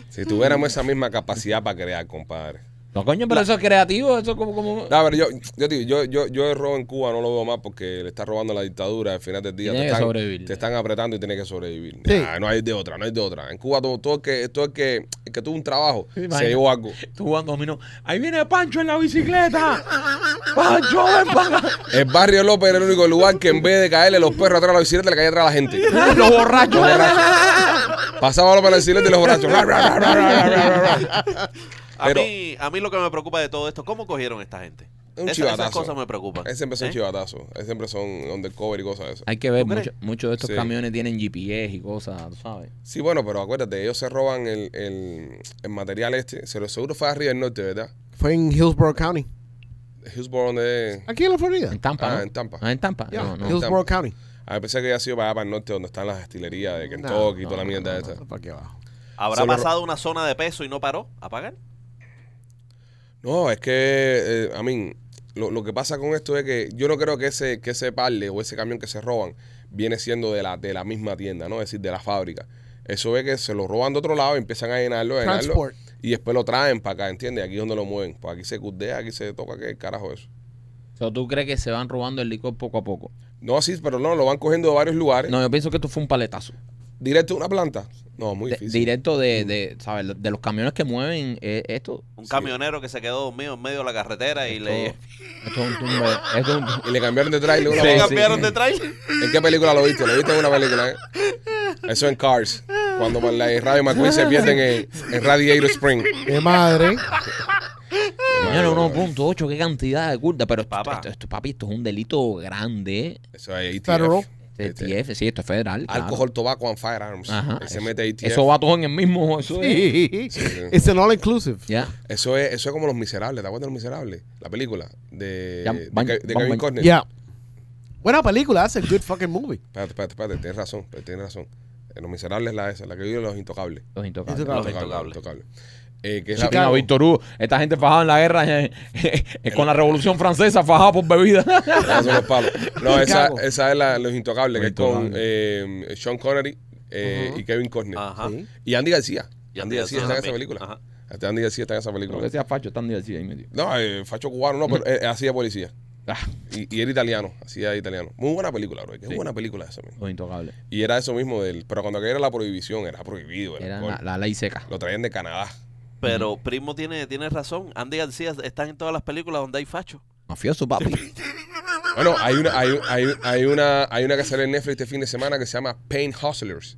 A: Si tuviéramos esa misma capacidad para crear, compadre.
B: No, coño, pero eso es creativo, eso es como... como...
A: No, pero yo, yo, te digo, yo, yo, yo el robo en Cuba no lo veo más porque le está robando la dictadura al final del día.
B: Tiene
A: te
B: que
A: están,
B: sobrevivir.
A: Te están apretando y tienes que sobrevivir.
D: Sí.
A: Ah, no hay de otra, no hay de otra. En Cuba todo, todo el que, todo el que, el que tuvo un trabajo se
B: imagínate.
A: llevó algo.
B: Tú jugando dominó. ¡Ahí viene Pancho en la bicicleta! ¡Pancho, ven para acá!
A: El barrio López era el único lugar que en vez de caerle los perros atrás a la bicicleta, le caía atrás a la gente.
B: Los
A: (laughs)
B: borrachos.
A: Los borrachos. Pasaba López la bicicleta y los borrachos. Ra, ra, ra,
B: (laughs)
A: ra, ra, ra, ra, ra.
C: A,
A: Pero-
C: mí, a mí lo que me preocupa de todo esto, ¿cómo cogieron esta gente?
A: un
C: Esa-
A: chivatazo.
C: esas cosas me preocupan.
A: Ese siempre son
C: ¿Eh?
A: chivatazo. Ese siempre son undercover y cosas de esas.
B: (laughs) Hay que ver,
C: ¿Tú crees?
B: mucho- muchos de estos
A: Sí.
B: camiones tienen GPS y cosas, tú ¿sabes?
A: Sí, bueno, pero acuérdate, ellos se roban el, el, el material este. Se lo seguro fue arriba del norte, ¿verdad?
D: Fue en Hillsborough County.
A: Hillsborough, donde.
D: Aquí en la Florida.
B: En Tampa,
A: Ah,
B: ¿no?
A: en Tampa.
B: Ah, en Tampa.
D: Yeah,
B: No, no.
D: Hillsborough County.
A: A pensé que había sido para allá para el norte, donde están las destilerías de Kentucky y toda la mierda
D: no,
A: esa.
D: no, para aquí abajo.
C: ¿Habrá
A: Solo-
C: pasado una zona de peso y no paró a pagar?
A: No, es que, eh, a mí, lo, lo que pasa con esto es que yo no creo que ese, que ese parle o ese camión que se roban viene siendo de la, de la misma tienda, ¿no? Es decir, de la fábrica. Eso es que se lo roban de otro lado, empiezan a llenarlo, a llenarlo
D: Transport.
A: y después lo traen para acá, ¿entiendes? Aquí es donde lo mueven. Pues aquí se cudea, aquí se toca, ¿qué carajo eso?
B: O sea, ¿Tú crees que se van robando el licor poco a poco?
A: No, sí, pero no, lo van cogiendo de varios lugares.
B: No, yo pienso que esto fue un paletazo.
A: Directo a una planta. No, muy
B: De-
A: difícil.
B: directo de, de, ¿sabes? De los camiones que mueven eh, esto.
C: Un
A: Sí.
C: camionero que se quedó dormido en medio de la carretera y (laughs) le,
B: Esto es un tumbe. Esto es un-
A: y le cambiaron de trailer una
B: Sí,
C: le
A: vez.
C: cambiaron de trailer.
A: ¿En qué película lo viste? Lo viste en una película. eh? Eso en Cars. Cuando por la en Radio McQueen se pierden en, en Radiator Spring.
B: (laughs)
D: ¡Qué madre!
B: Señores, 1.8, qué cantidad de curda. Pero esto,
C: Papá.
B: esto- esto, papi, esto es un delito grande.
A: Eso es ATF.
D: Federal.
B: Este,
A: Este,
B: TF, sí, esto es federal. claro.
A: Alcohol, tobacco and firearms.
B: Ajá,
A: Ahí se
B: eso-
A: mete ATF.
B: Eso va todo en el mismo. Eso es.
D: It's an all inclusive.
B: Ya.
A: Eso es, eso es como Los Miserables. ¿Te acuerdas de Los Miserables? La película de,
B: Ya,
A: de,
B: van-
A: Ke- de
B: van-
A: Kevin
B: van-
A: Corner.
D: Yeah. Buena película. That's a good fucking movie.
A: Espérate, espérate, espérate. Tienes razón. pues, Tienes razón. En Los Miserables es la esa, la que viven los intocables.
B: Los intocables.
D: Intocable.
A: Los intocables.
C: Intocables.
A: los intocables. Eh, que es la-
B: Sí, claro, Víctor Hugo. Esta gente fajada en la guerra eh, eh, eh, con la Revolución Francesa, fajada por (laughs) bebida.
A: Esos son los
B: (laughs)
A: palos. No, esa,
D: Chicago.
A: esa es la, Los Intocables, que es con
B: Intocable.
A: eh, Sean Connery eh,
D: Ujú.
A: y Kevin Costner.
C: Ajá.
D: Sí.
A: Y Andy García.
C: Ah.
A: Andy
C: Y Andy
A: García
C: García
A: está en esa
C: también.
A: película.
C: Ajá.
A: Hasta Andy García está en esa
B: Creo que
A: película.
B: sea facho, están así ahí medio.
A: No, eh, facho cubano, no, pero eh, hacía policía.
B: Ah,
A: Y, y era italiano, hacía italiano. Muy buena película, bro. Qué buena película esa, man.
B: los intocables.
A: Y era eso mismo del. Pero cuando aquello era la prohibición, era prohibido. el
B: Era
A: alcohol.
B: la, la ley seca.
A: Lo traían de Canadá.
C: Pero Primo tiene, tiene razón. Andy García está en todas las películas donde hay facho.
B: Mafioso, papi.
A: Bueno, hay una, hay, hay, hay una, hay una que sale en Netflix este fin de semana que se llama Pain Hustlers,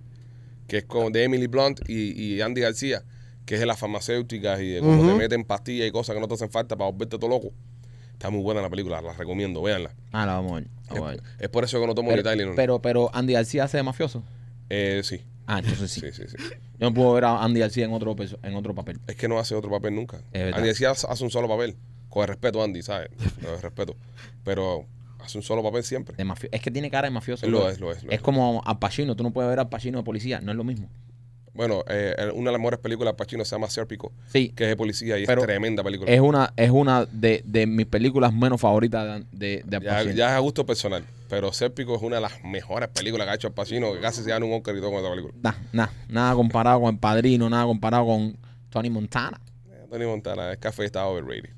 A: que es con de Emily Blunt y, y Andy García, que es de las farmacéuticas y de cómo
D: Ujú.
A: te meten pastillas y cosas que no te hacen falta para volverte todo loco. Está muy buena la película, la recomiendo, véanla.
B: Ah, la vamos a ver. la vamos a ver.
A: Es por eso que no tomo ni
B: Pero,
A: Tylenol.
B: pero, pero Andy García hace de mafioso.
A: Eh, sí,
B: Ah, entonces sí.
A: sí, sí, sí.
B: Yo no puedo ver a Andy García en otro, peso- en otro papel.
A: Es que no hace otro papel nunca.
B: Es verdad.
A: Andy García hace hace un solo papel. Con el respeto, Andy, ¿sabes? Con el respeto. Pero hace un solo papel siempre.
B: De mafio- Es que tiene cara de mafioso.
A: Lo
B: bro.
A: es, lo es, lo
B: Es
A: es.
B: como Al Pacino. Tú no puedes ver Al Pacino de policía. No es lo mismo.
A: Bueno, eh, una de las mejores películas de Pacino se llama Serpico.
B: Sí.
A: que es de policía y
B: Pero
A: es tremenda película.
B: Es una, es una de, de mis películas menos favoritas de, de, de Al
A: ya,
B: Pacino.
A: ya es a gusto personal, pero Séptico es una de las mejores películas que ha hecho el Pacino, que casi se gana un Oscar y todo con esa película.
B: Nah, nah, nada comparado con El Padrino, nada comparado con Tony Montana.
A: Eh, Tony Montana, el café está overrated.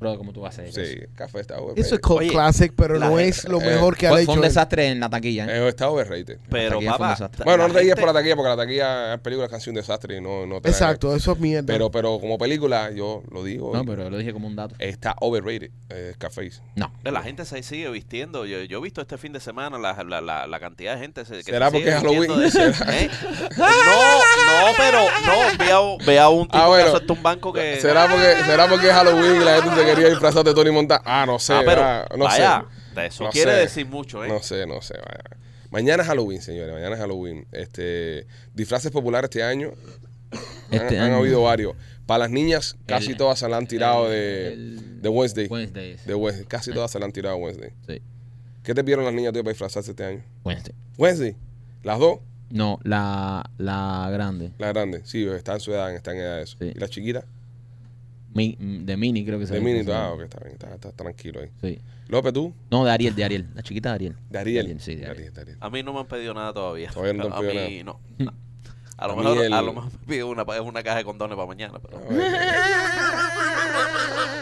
B: Bro, ¿cómo tú vas a hacer
A: Sí,
B: eso?
A: el café está
D: It's a
A: overrated.
D: cult
C: Oye,
D: classic, pero
C: la
D: no
C: gente-
D: es lo
A: eh,
D: mejor que ha
B: Fue,
D: hecho.
B: fue un
D: él.
B: desastre en la taquilla. ¿eh?
A: Eh, está overrated.
C: Pero,
B: taquilla fue un
C: papá.
B: desastre.
C: ta-
A: Bueno, no
C: la
A: te guíes
C: gente-
A: por la taquilla, porque la taquilla es película que han sido un desastre y no, no te
D: Exacto, eso es mierda.
A: Pero, pero como película, yo lo digo,
B: No, pero yo lo dije como un dato.
A: está overrated eh, Scarface.
B: No.
C: La gente se sigue vistiendo. Yo, yo he visto este fin de semana la, la, la, la cantidad de gente se, que
A: ¿Será
C: se sigue
A: porque es
C: vistiendo
A: Halloween?
C: de-
A: (laughs)
C: ¿Eh? No, no, pero no. Ve a, un- ve a un tipo
A: Ah, bueno.
C: que asaltó un banco que. Ah,
A: ¿Será porque, ¿Será porque es Halloween y la gente se quería disfrazar de Tony Montana? Ah, no sé,
C: Ah, pero,
A: ah, no
C: vaya,
A: sé.
C: eso
A: No
C: quiere
A: sé.
C: decir mucho, ¿eh?
A: No sé, no sé. vaya. Mañana es Halloween, señores. Mañana es Halloween. Este, disfraces populares este año. Han-
B: Este
A: han,
B: año-
A: habido varios. Para las niñas, casi
B: El-
A: todas se la han tirado
B: el-
A: de,
B: el-
A: de Wednesday.
B: Wednesday.
A: De Wednesday. Casi todas se la han tirado de Wednesday.
B: Sí,
A: ¿Qué te pidieron las niñas tuyas para disfrazarse este año?
B: Wednesday.
A: Wednesday. Las dos,
B: No, la, la grande.
A: las grandes. Sí, está en su edad, está en edad de eso.
B: Sí.
A: Y las chiquitas,
B: Mi- de Mini, creo que se
A: de
B: llama.
A: mini. Ah, ok, está bien, está, está tranquilo ahí.
B: Sí.
A: López, tú,
B: No, de Ariel, de Ariel. La chiquita de Ariel.
A: de Ariel.
B: sí, de
A: De
B: Ariel.
A: Ariel, de
C: (laughs)
A: Ariel.
C: A mí no me han pedido nada todavía.
A: Todavía no te han
C: A
A: pedido
C: mí no.
B: Hmm.
C: no. A
A: A
C: lo
A: mí
C: mejor, a
A: el-
C: lo mejor me pido una, una caja de condones para mañana. Pero...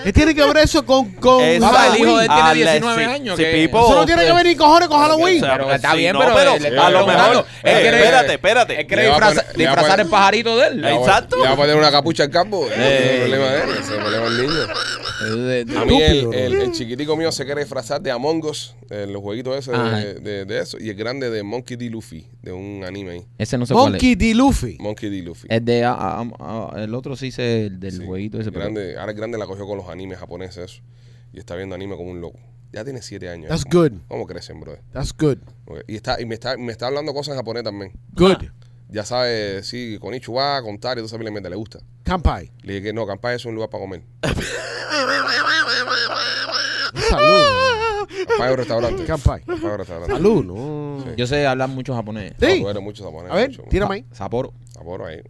D: ¿Qué tiene que ver eso con, con
C: Eso-
B: Oh, Papá, el hijo de él tiene
C: Ah,
B: 19
C: sí,
B: años.
C: sí,
B: que-
C: Pipo.
D: Eso no tiene que ver ni cojones con Halloween.
C: O sea,
B: Pero está
C: si
B: bien,
C: no,
B: pero
C: pero
B: él le
A: está
C: a lo
A: contando.
C: mejor.
A: Él
C: Eh,
A: quiere-
C: espérate,
B: Él
C: espérate.
B: quiere
A: Le va a
B: disfraza-
A: poner- le va a
B: disfrazar
A: poner-
B: el pajarito de él.
A: Le va a-
C: Exacto.
A: Le va a poner una capucha al campo.
B: Eh.
A: Ese es el problema de él. Ese es el problema del niño.
B: De- de-
A: A mí el,
D: Estúpido,
A: el- el chiquitico mío se quiere disfrazar de Among Us, eh, los jueguitos esos
B: Ajá.
A: de, de- de eso, y el grande de Monkey D. Luffy, de un anime ahí.
B: Ese no sé cuál es.
D: Monkey D. Luffy.
A: Monkey D. Luffy.
B: El de ah, ah, ah, el otro sí se el del
A: Sí,
B: jueguito ese
A: el
B: pero-
A: grande, Ahora el grande la cogió con los animes japoneses. eso. y está viendo anime como un loco. Ya tiene siete años.
D: That's
A: ¿Cómo-
D: good.
A: ¿Cómo crecen, brother?
D: That's good.
A: Ok, Y, está, y me, está, me está hablando cosas en japonés también.
D: Good.
A: Ya sabe, sí, con Ichuba, con tal, y tú sabes, le mete, le gusta.
D: Kampai.
A: Le dije que no, Campa es un lugar para comer.
D: Salud.
A: Campa es un
D: (laughs)
A: restaurante.
D: Kampai.
A: Campa es un restaurante.
D: Salud, no.
A: Sí. Ah,
B: Yo sé hablar mucho japonés.
D: Sí.
A: Bueno, mucho japonés,
D: A ver,
A: mucho, mucho.
D: tírame ahí.
B: Sapporo.
A: Sapporo ahí.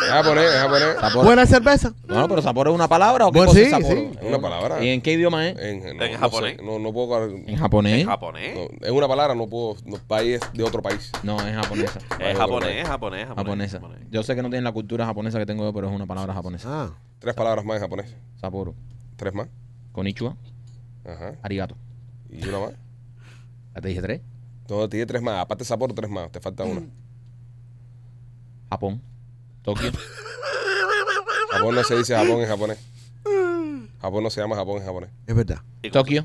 A: Deja poner, deja poner.
B: Sapporo.
D: Buena cerveza.
B: No, no, pero Sapporo es una palabra o qué
D: Bueno,
B: cosa es
D: sí,
B: Sapporo?
D: sí.
A: Es una palabra.
B: ¿Y en qué idioma es?
A: En, no,
C: En
A: no
C: japonés.
A: sé, no, no puedo.
B: En japonés.
C: japonés.
A: no, es una palabra, no puedo. No, país de otro país.
B: No, es
D: (laughs)
B: japonesa.
A: Vale,
C: Es
A: otro
C: japonés,
A: país.
C: japonés, japonés.
B: Japonesa.
C: japonés.
B: Yo sé que no tienen la cultura japonesa que tengo yo, pero es una palabra japonesa.
D: Ah.
A: Tres palabras más en japonés.
B: Sapporo.
A: Tres más.
B: Konnichiwa.
A: Ajá.
B: Arigato.
A: Y una más.
B: Ya te dije tres.
A: No, tiene tres más. Aparte de Sapporo, tres más. Te falta una.
B: Japón.
D: (laughs)
B: Tokio.
A: Japón no se dice Japón en japonés. Japón no se llama Japón en japonés.
D: Es verdad.
C: Y-
B: Tokio.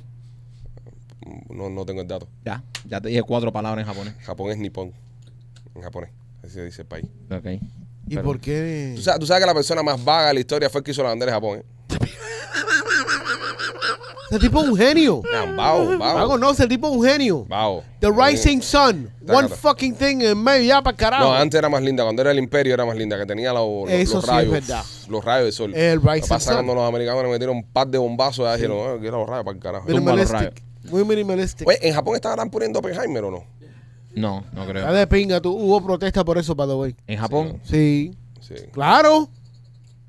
A: No, no tengo el dato.
B: Ya. Ya te dije cuatro palabras en japonés.
A: Japón es nipón. En japonés. Así se dice el país.
B: Ok.
D: ¿Y
B: Pero-
D: por qué?
A: ¿Tú sabes, tú sabes que la persona más vaga de la historia fue el que hizo la bandera de Japón, ¿eh?
D: Ese tipo es un genio.
A: (laughs) Nah, vago,
D: Mm. Vago,
A: vago.
D: no, ese tipo es un genio.
A: Vago.
D: The Rising Sun. One
A: Tácata.
D: fucking thing en medio ya para carajo.
A: No, antes era más linda. Cuando era el imperio era más linda, que tenía los, los-
D: Eso
A: los
D: sí es
A: rayos.
D: verdad. Eh,
A: Los rayos de sol.
D: El
A: Lo que
D: Rising
A: pasa es
D: Sun.
A: cuando los americanos le metieron un par de bombazos, ya dijeron, "Ah, quiero los rayos para el carajo.
B: Mira. tumba los
D: Minimalistic. Muy minimalistic.
A: Oye, ¿en Japón estaban poniendo Oppenheimer o no?
B: No, no creo.
D: Ya de pinga, tú. Hubo protesta por eso, by the way.
B: En Japón.
D: Sí.
A: Sí,
D: Claro.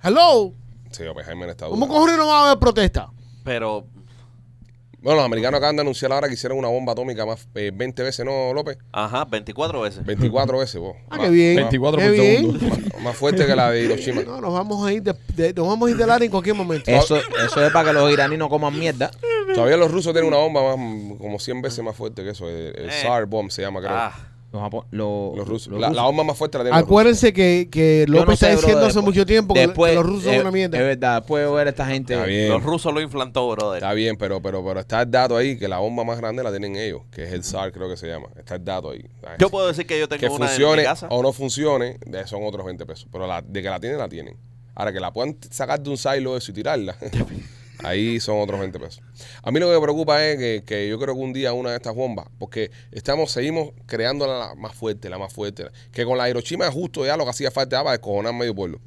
D: Hello.
A: sí, Oppenheimer está duro.
D: ¿Cómo cojones no va a haber protesta?
C: Pero
A: Bueno, los americanos acaban de anunciar ahora que hicieron una bomba atómica más eh, 20 veces, ¿no, López?
C: Ajá, 24 veces.
A: 24 veces, vos.
D: Ah,
A: Más-
D: qué bien.
B: 24
D: qué
B: por
D: bien.
B: segundo.
A: Más, más fuerte que la de Hiroshima.
D: (laughs) No, nos vamos a ir de, de- nos vamos a ir del área en cualquier momento.
B: Eso, eso es para que los iraníes no coman mierda.
A: Todavía los rusos tienen una bomba más, como 100 veces más fuerte que eso. El, el
C: Eh.
A: Tsar Bomb se llama, creo.
C: Ah,
B: Los, japo- los-
A: los rusos.
B: los
A: La, la bomba más fuerte la tienen los rusos.
D: Acuérdense que, que
B: Yo
D: López
B: no
D: está
B: sé,
D: diciendo
B: brother,
D: hace
B: después-
D: mucho tiempo que-
B: después-
D: que los rusos
B: eh,
D: son una mierda.
B: Es verdad, después de ver a esta gente.
A: Está bien.
C: los rusos lo inflantó, brother.
A: Está bien, pero, pero, pero está el dato ahí que la bomba más grande la tienen ellos, que es el SAR, creo que se llama. Está el dato ahí. ¿sabes?
C: Yo puedo decir que yo tengo
A: que
C: una en
A: funcione
C: mi casa.
A: o no funcione, de- son otros 20 pesos. Pero la, de que la tienen, la tienen. Ahora que la puedan t- sacar de un silo eso y tirarla, (laughs) ahí son otros 20 pesos. A mí lo que me preocupa es que, que yo creo que un día una de estas bombas, porque estamos seguimos creando la más fuerte, la más fuerte, que con la Hiroshima justo ya lo que hacía falta era para descojonar medio pueblo.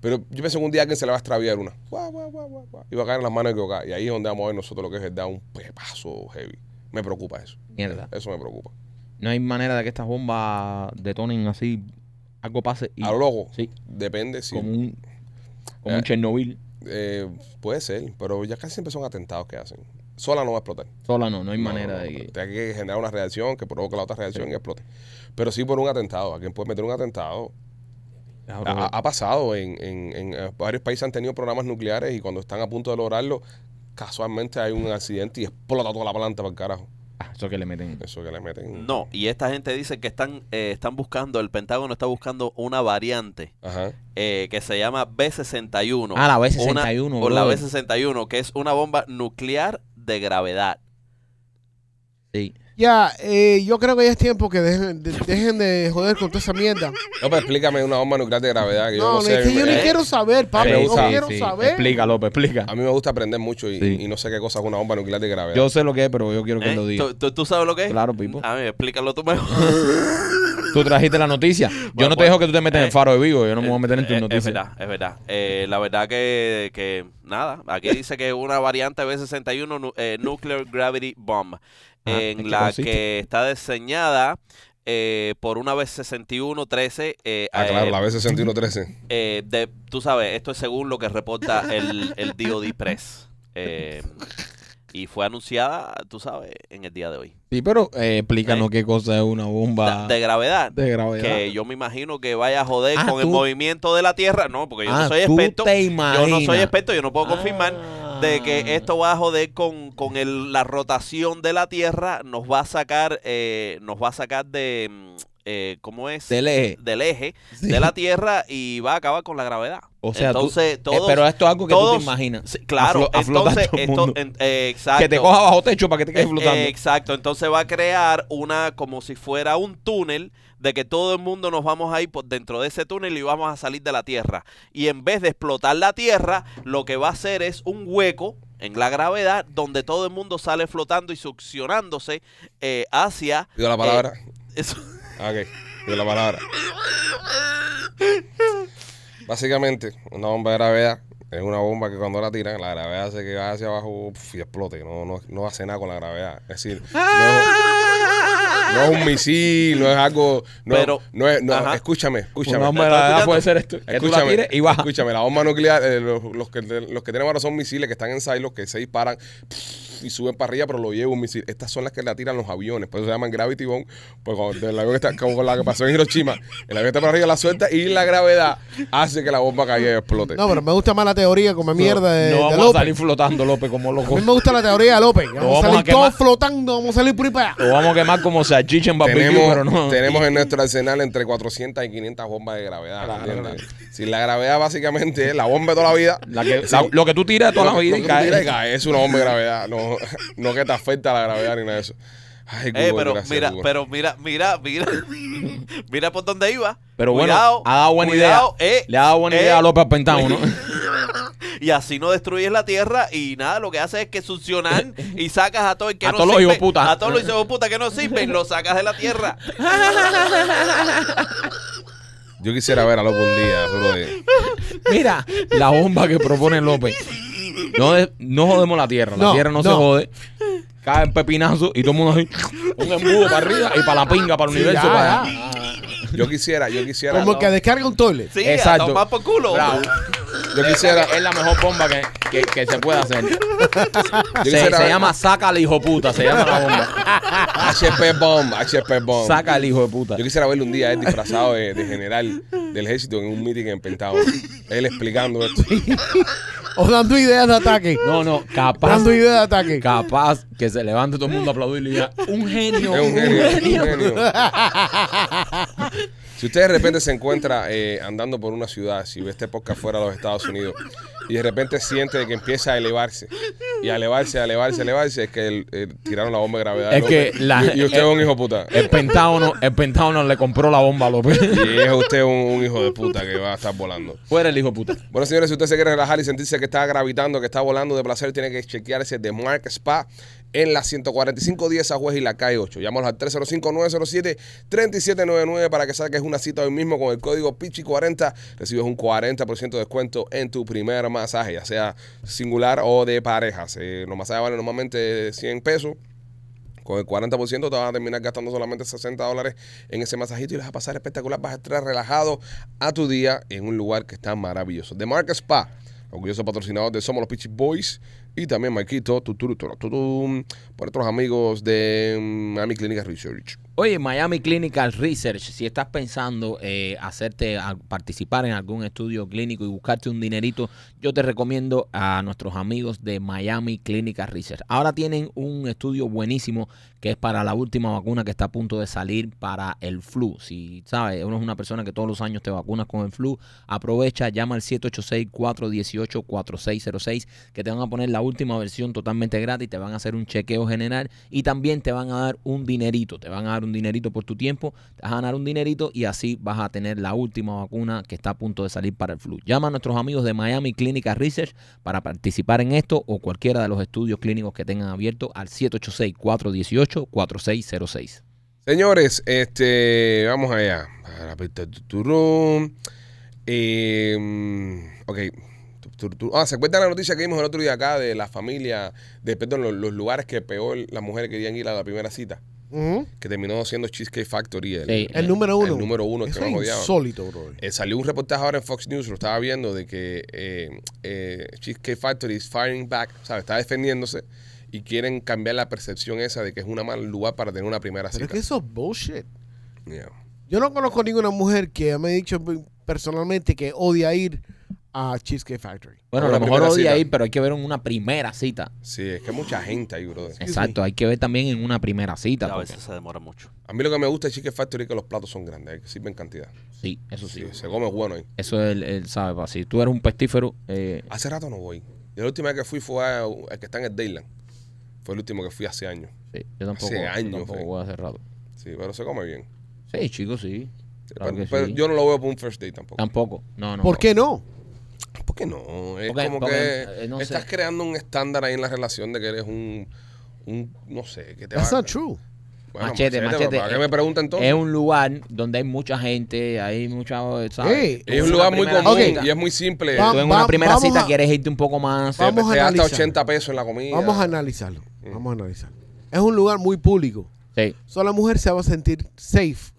A: Pero yo pienso que un día alguien se le va a extraviar una. Guau, guau, guau, guau, guau. Y va a caer en las manos equivocadas. Y ahí es donde vamos a ver nosotros lo que es verdad, un pepazo heavy. Me preocupa eso.
B: Mierda.
A: Eso me preocupa.
B: No hay manera de que estas bombas detonen así. Algo pase. Y,
A: A lo loco.
B: Sí.
A: Depende si.
B: Como un, como un
A: Eh.
B: Chernobyl.
A: Eh, puede ser, pero ya casi siempre son atentados que hacen. Sola no va a explotar.
B: Sola no, no hay
A: No,
B: manera
A: no, no,
B: de
A: no.
B: que.
A: Tiene que generar una reacción que provoque la otra reacción y explote. Pero sí por un atentado. Alguien puede meter un atentado.
B: Cabrón.
A: Ha, ha pasado en, en- en, eh, varios países han tenido programas nucleares y cuando están a punto de lograrlo, casualmente hay un accidente y explota toda la planta para el carajo.
B: Ah, eso que le meten.
A: Eso que le meten.
C: No, y esta gente dice que están, eh, están buscando, el Pentágono está buscando una variante
A: Ajá.
C: eh, que se llama B-61.
B: Ah, la B-61,
C: Una- O la
B: brother.
C: B-61, que es una bomba nuclear de gravedad.
B: Sí.
D: Ya, eh, yo creo que ya es tiempo que dejen de, dejen de joder con toda esa mierda.
A: No, pero explícame una bomba nuclear de gravedad que yo
D: No,
A: no
D: no,
A: sé.
D: es que yo ni
A: Eh,
D: quiero saber, papi.
A: me
D: No
A: gusta.
D: quiero saber.
B: Explica, López, explica.
A: A mí me gusta aprender mucho y,
B: Sí.
A: y no sé qué cosa es una bomba nuclear de gravedad.
B: Yo sé lo que es, pero yo quiero que
C: ¿Eh?
B: él lo diga.
C: ¿Tú, tú, tú sabes lo que es?
B: Claro, Pipo.
C: A ver, explícalo
B: (laughs)
C: tú mejor.
B: Tú trajiste la noticia. yo
C: Bueno,
B: no te
C: pues,
B: dejo que tú te metas en
C: eh,
B: faro de vivo. Yo no me voy a meter en
C: Eh,
B: tus
C: eh, Es
B: noticias.
C: verdad, es verdad. Eh, la verdad que, que nada,
B: (laughs)
C: aquí dice que una variante B-61 nu- eh, Nuclear Gravity Bomb,
B: Ah, ¿en qué
C: en la
B: consiste?
C: que está diseñada eh, por una B-61-13. Eh,
A: Ah,
C: eh,
A: claro, la B6113.
C: eh, de- tú sabes, esto es según lo que reporta
B: (laughs)
C: el, el DOD Press. Eh, y fue anunciada, tú sabes, en el día de hoy.
B: Sí, pero eh, explícanos
C: Eh.
B: qué cosa es una bomba
C: Da- de gravedad.
B: Ah. de gravedad.
C: Que yo me imagino que vaya a joder
B: Ah,
C: con el
B: tú-
C: movimiento de la Tierra. No, porque yo
B: Ah,
C: no soy
B: tú
C: experto.
B: te
C: yo no
B: imaginas.
C: soy experto, yo no puedo confirmar
B: Ah.
C: de que esto va a joder con, con el- la rotación de la Tierra. Nos va a sacar, eh, nos va a sacar de, mm, eh, ¿cómo es?
B: Del eje.
C: Del eje
B: Sí. Eh,
C: de la Tierra y va a acabar con la gravedad.
B: O sea, tú-
C: entonces,
B: Eh,
C: todos-
B: pero esto es algo que tú
C: todos-
B: te imaginas.
C: Sí, claro,
B: A flo- a flotar
C: entonces,
B: todo el
C: esto,
B: mundo.
C: en- eh, exacto.
B: Que te coja bajo techo para que te quedes
C: Eh,
B: flotando.
C: exacto, entonces va a crear una como si fuera un túnel de que todo el mundo nos vamos a ir por dentro de ese túnel y vamos a salir de la Tierra. Y en vez de explotar la Tierra, lo que va a hacer es un hueco en la gravedad, donde todo el mundo sale flotando y succionándose eh, hacia... eh,
A: Digo la palabra. (laughs)
C: eso-
A: Ah, ok. Digo la palabra. Básicamente, una bomba de gravedad es una bomba que cuando la tiran, la gravedad hace que va hacia abajo uf, y explote. No, no, no hace nada con la gravedad. Es decir, no es, no es un misil, no es algo. No,
C: Pero-
A: no es. no,
C: ajá.
A: escúchame, escúchame.
B: Una bomba de
C: ¿Estás
B: gravedad
C: escuchando?
B: puede ser esto. Que tú la
A: Escúchame,
B: tires y baja.
A: escúchame, la bomba nuclear, eh, los, los que, los que tenemos ahora son misiles que están en silos, que se disparan y suben para arriba, pero lo lleva un misil. Estas son las que la tiran los aviones, por eso se llaman gravity bomb, pues cuando el avión está, como la que pasó en Hiroshima, el avión está para arriba, la suelta y la gravedad hace que la bomba caiga y explote.
D: No, pero me gusta más la teoría como mierda de,
B: no
D: de
B: vamos a
D: López.
B: salir flotando, López, como
D: A
B: loco.
D: mí me gusta la teoría de López. Vamos,
B: vamos
D: a
B: a
D: salir todos
B: quemar.
D: flotando, vamos a salir por ahí para allá.
B: Lo vamos a quemar como salchicha en barbecue,
A: tenemos,
B: pero no.
A: tenemos en nuestro arsenal entre 400 y 500 bombas de gravedad. ¿entiendes? Si la gravedad básicamente es la bomba de toda la vida,
B: La que- la- lo que tú tiras toda la
A: Lo que- lo
B: vida y
A: que tú tiras y
B: caes.
A: caes, Es una bomba de gravedad. No, no que te afecta la gravedad ni nada de eso. Ay,
C: Eh,
A: Google,
C: pero
A: gracias,
C: mira,
A: Google.
C: pero mira, mira, mira, (laughs) mira por dónde iba.
B: Pero bueno,
C: Cuidado,
B: ha dado buena
C: cuidado,
B: idea.
C: eh,
B: Le ha dado buena
C: eh.
B: idea a López al
D: (laughs)
B: Pentágono.
C: Y así no destruyes la tierra y nada, lo que haces es que succionan y sacas a todo el que
B: A
C: no
B: todos los
C: sirve.
B: hijoputas.
C: A todos los hijoputas que no sirven, los sacas de la tierra.
A: Yo quisiera ver a López un día, brother.
B: Mira, (laughs) la bomba que propone López. No, de- no jodemos la tierra, la
D: No,
B: tierra no, se
D: no.
B: jode. Cae en pepinazo y todo el mundo así. Un embudo para arriba y para la pinga, para el universo.
D: ya,
B: para allá.
A: Yo quisiera, yo quisiera.
D: Como el que descarga un toilet.
C: Sí,
B: Exacto.
C: a tomar por culo.
B: Bravo.
A: Yo quisiera.
B: Es la mejor bomba que, que- que se puede hacer.
A: Yo
B: Se,
A: quisiera
B: se
A: ver-
B: llama Saca al hijo puta, se llama
A: (laughs)
B: la bomba.
A: HP Bomb, HP Bomb.
B: Saca al hijo de puta.
A: Oh. Yo quisiera verlo un día él disfrazado de, de general del ejército en un meeting en Pentágono. Él explicando esto.
D: O dando ideas de ataque.
B: No, no, capaz.
D: Dando ideas de ataque.
B: Capaz que se levante todo el mundo a aplaudirle y diga, un genio.
A: Es un genio, es un genio. (laughs) Si usted de repente se encuentra eh, andando por una ciudad, si ve este podcast fuera de los Estados Unidos, y de repente siente que empieza a elevarse, y a elevarse, a elevarse, a elevarse, es que el- el- tiraron la bomba de gravedad.
B: Es
A: ¿no?
B: que la- eh,
A: y, y usted es un hijo de puta.
B: El Pentágono, el Pentágono le compró la bomba a López.
A: Y es usted un, un hijo de puta que va a estar volando.
B: (laughs) Fuera el hijo de puta.
A: Bueno, señores, si usted se quiere relajar y sentirse que está gravitando, que está volando de placer, tiene que chequear ese The Mark Spa en la 14510 a y la calle 8. Llámalos al 305-907-3799 para que saques una cita hoy mismo con el código PICHI40. Recibes un 40% de descuento en tu primer masaje, ya sea singular o de parejas. Eh, los masajes valen normalmente 100 pesos. Con el 40% te vas a terminar gastando solamente 60 dólares en ese masajito y les vas a pasar espectacular. Vas a estar relajado a tu día en un lugar que está maravilloso. The Market Spa, orgulloso patrocinador de Somos los Pitchy Boys y también Maikito, por otros amigos de mm, Miami Clinic Research.
B: Oye, Miami Clinical Research, si estás pensando eh, hacerte a- participar en algún estudio clínico y buscarte un dinerito, yo te recomiendo a nuestros amigos de Miami Clinical Research. Ahora tienen un estudio buenísimo que es para la última vacuna que está a punto de salir para el flu. Si sabes, uno es una persona que todos los años te vacunas con el flu, aprovecha, llama al 786-418-4606, que te van a poner la última versión totalmente gratis, te van a hacer un chequeo general y también te van a dar un dinerito, te van a dar un dinerito por tu tiempo, te vas a ganar un dinerito y así vas a tener la última vacuna que está a punto de salir para el flu. Llama a nuestros amigos de Miami Clinical Research para participar en esto o cualquiera de los estudios clínicos que tengan abierto al 786-418-4606.
A: Señores, este, vamos allá. A la pista de Tuturú. Eh, ok. Tu- tu- tu- Ah, ¿se acuerdan la noticia que vimos el otro día acá de la familia, de perdón, los, los lugares que peor las mujeres querían ir a la primera cita?
D: Ujú.
A: Que terminó siendo Cheesecake Factory. El,
B: Sí.
D: El número uno.
A: El número uno que
D: Eso
A: más
D: es
A: odiaba.
D: insólito, bro.
A: Eh, salió un reportaje ahora en Fox News, lo estaba viendo, de que eh, eh, Cheesecake Factory is firing back, ¿sabes? Está defendiéndose y quieren cambiar la percepción esa de que es un mal lugar para tener una primera
D: Pero
A: cita.
D: es que eso es bullshit.
A: Yeah.
D: Yo no conozco ninguna mujer que me ha dicho personalmente que odia ir a Cheesecake Factory.
B: Bueno, a
A: Una
B: lo mejor
A: primera
B: odia
A: cita.
B: ir, pero hay que ver en una primera cita.
A: Sí, es que hay mucha gente ahí, brother.
D: Excuse
B: Exacto, hay que ver también en una primera cita.
C: a
B: porque-
C: veces se demora mucho.
A: A mí lo que me gusta de Cheesecake Factory es que los platos son grandes, eh, que sirven cantidad.
B: Sí, eso sí.
A: Sí, se come bueno ahí.
B: Eso él, él sabe, pa. si tú eres un pestífero, eh,
A: Hace rato no voy. Yo la última vez que fui fue a- al que está en el Dayland. Fue el último que fui hace años.
B: sí, yo tampoco,
A: Hace
B: yo
A: años,
B: tampoco
A: fe.
B: voy hace rato.
A: Sí, pero se come bien.
B: Sí, chicos, sí. Claro
A: pero
B: que
A: pero
B: sí.
A: yo no lo veo por un first date tampoco.
B: Tampoco, no, no.
D: ¿Por
B: no.
D: qué no?
A: que no. Es
B: Porque-
A: como
B: porque,
A: que
B: eh, no sé.
A: estás creando un estándar ahí en la relación de que eres un, un no sé, que te
D: That's
A: va-
D: not true.
A: Bueno,
B: machete,
A: pero
B: machete. eh,
A: ¿Para qué me preguntan entonces?
B: Es un lugar donde hay mucha gente, hay mucha, ¿sabes?
D: Ey,
A: Es un
B: Una
A: lugar muy
B: primera
A: común
B: cita.
A: y es muy simple.
B: Tú
D: Vamos-
B: en una
D: Va-
B: primera
D: vamos
B: cita
D: a-
B: quieres irte un poco más.
A: te,
D: vamos a
A: te gasta
D: analizar.
A: 80 pesos en la comida.
D: Vamos a analizarlo. Vamos a analizarlo. Es un lugar muy público.
B: Sí.
D: So, la mujer se va a sentir safe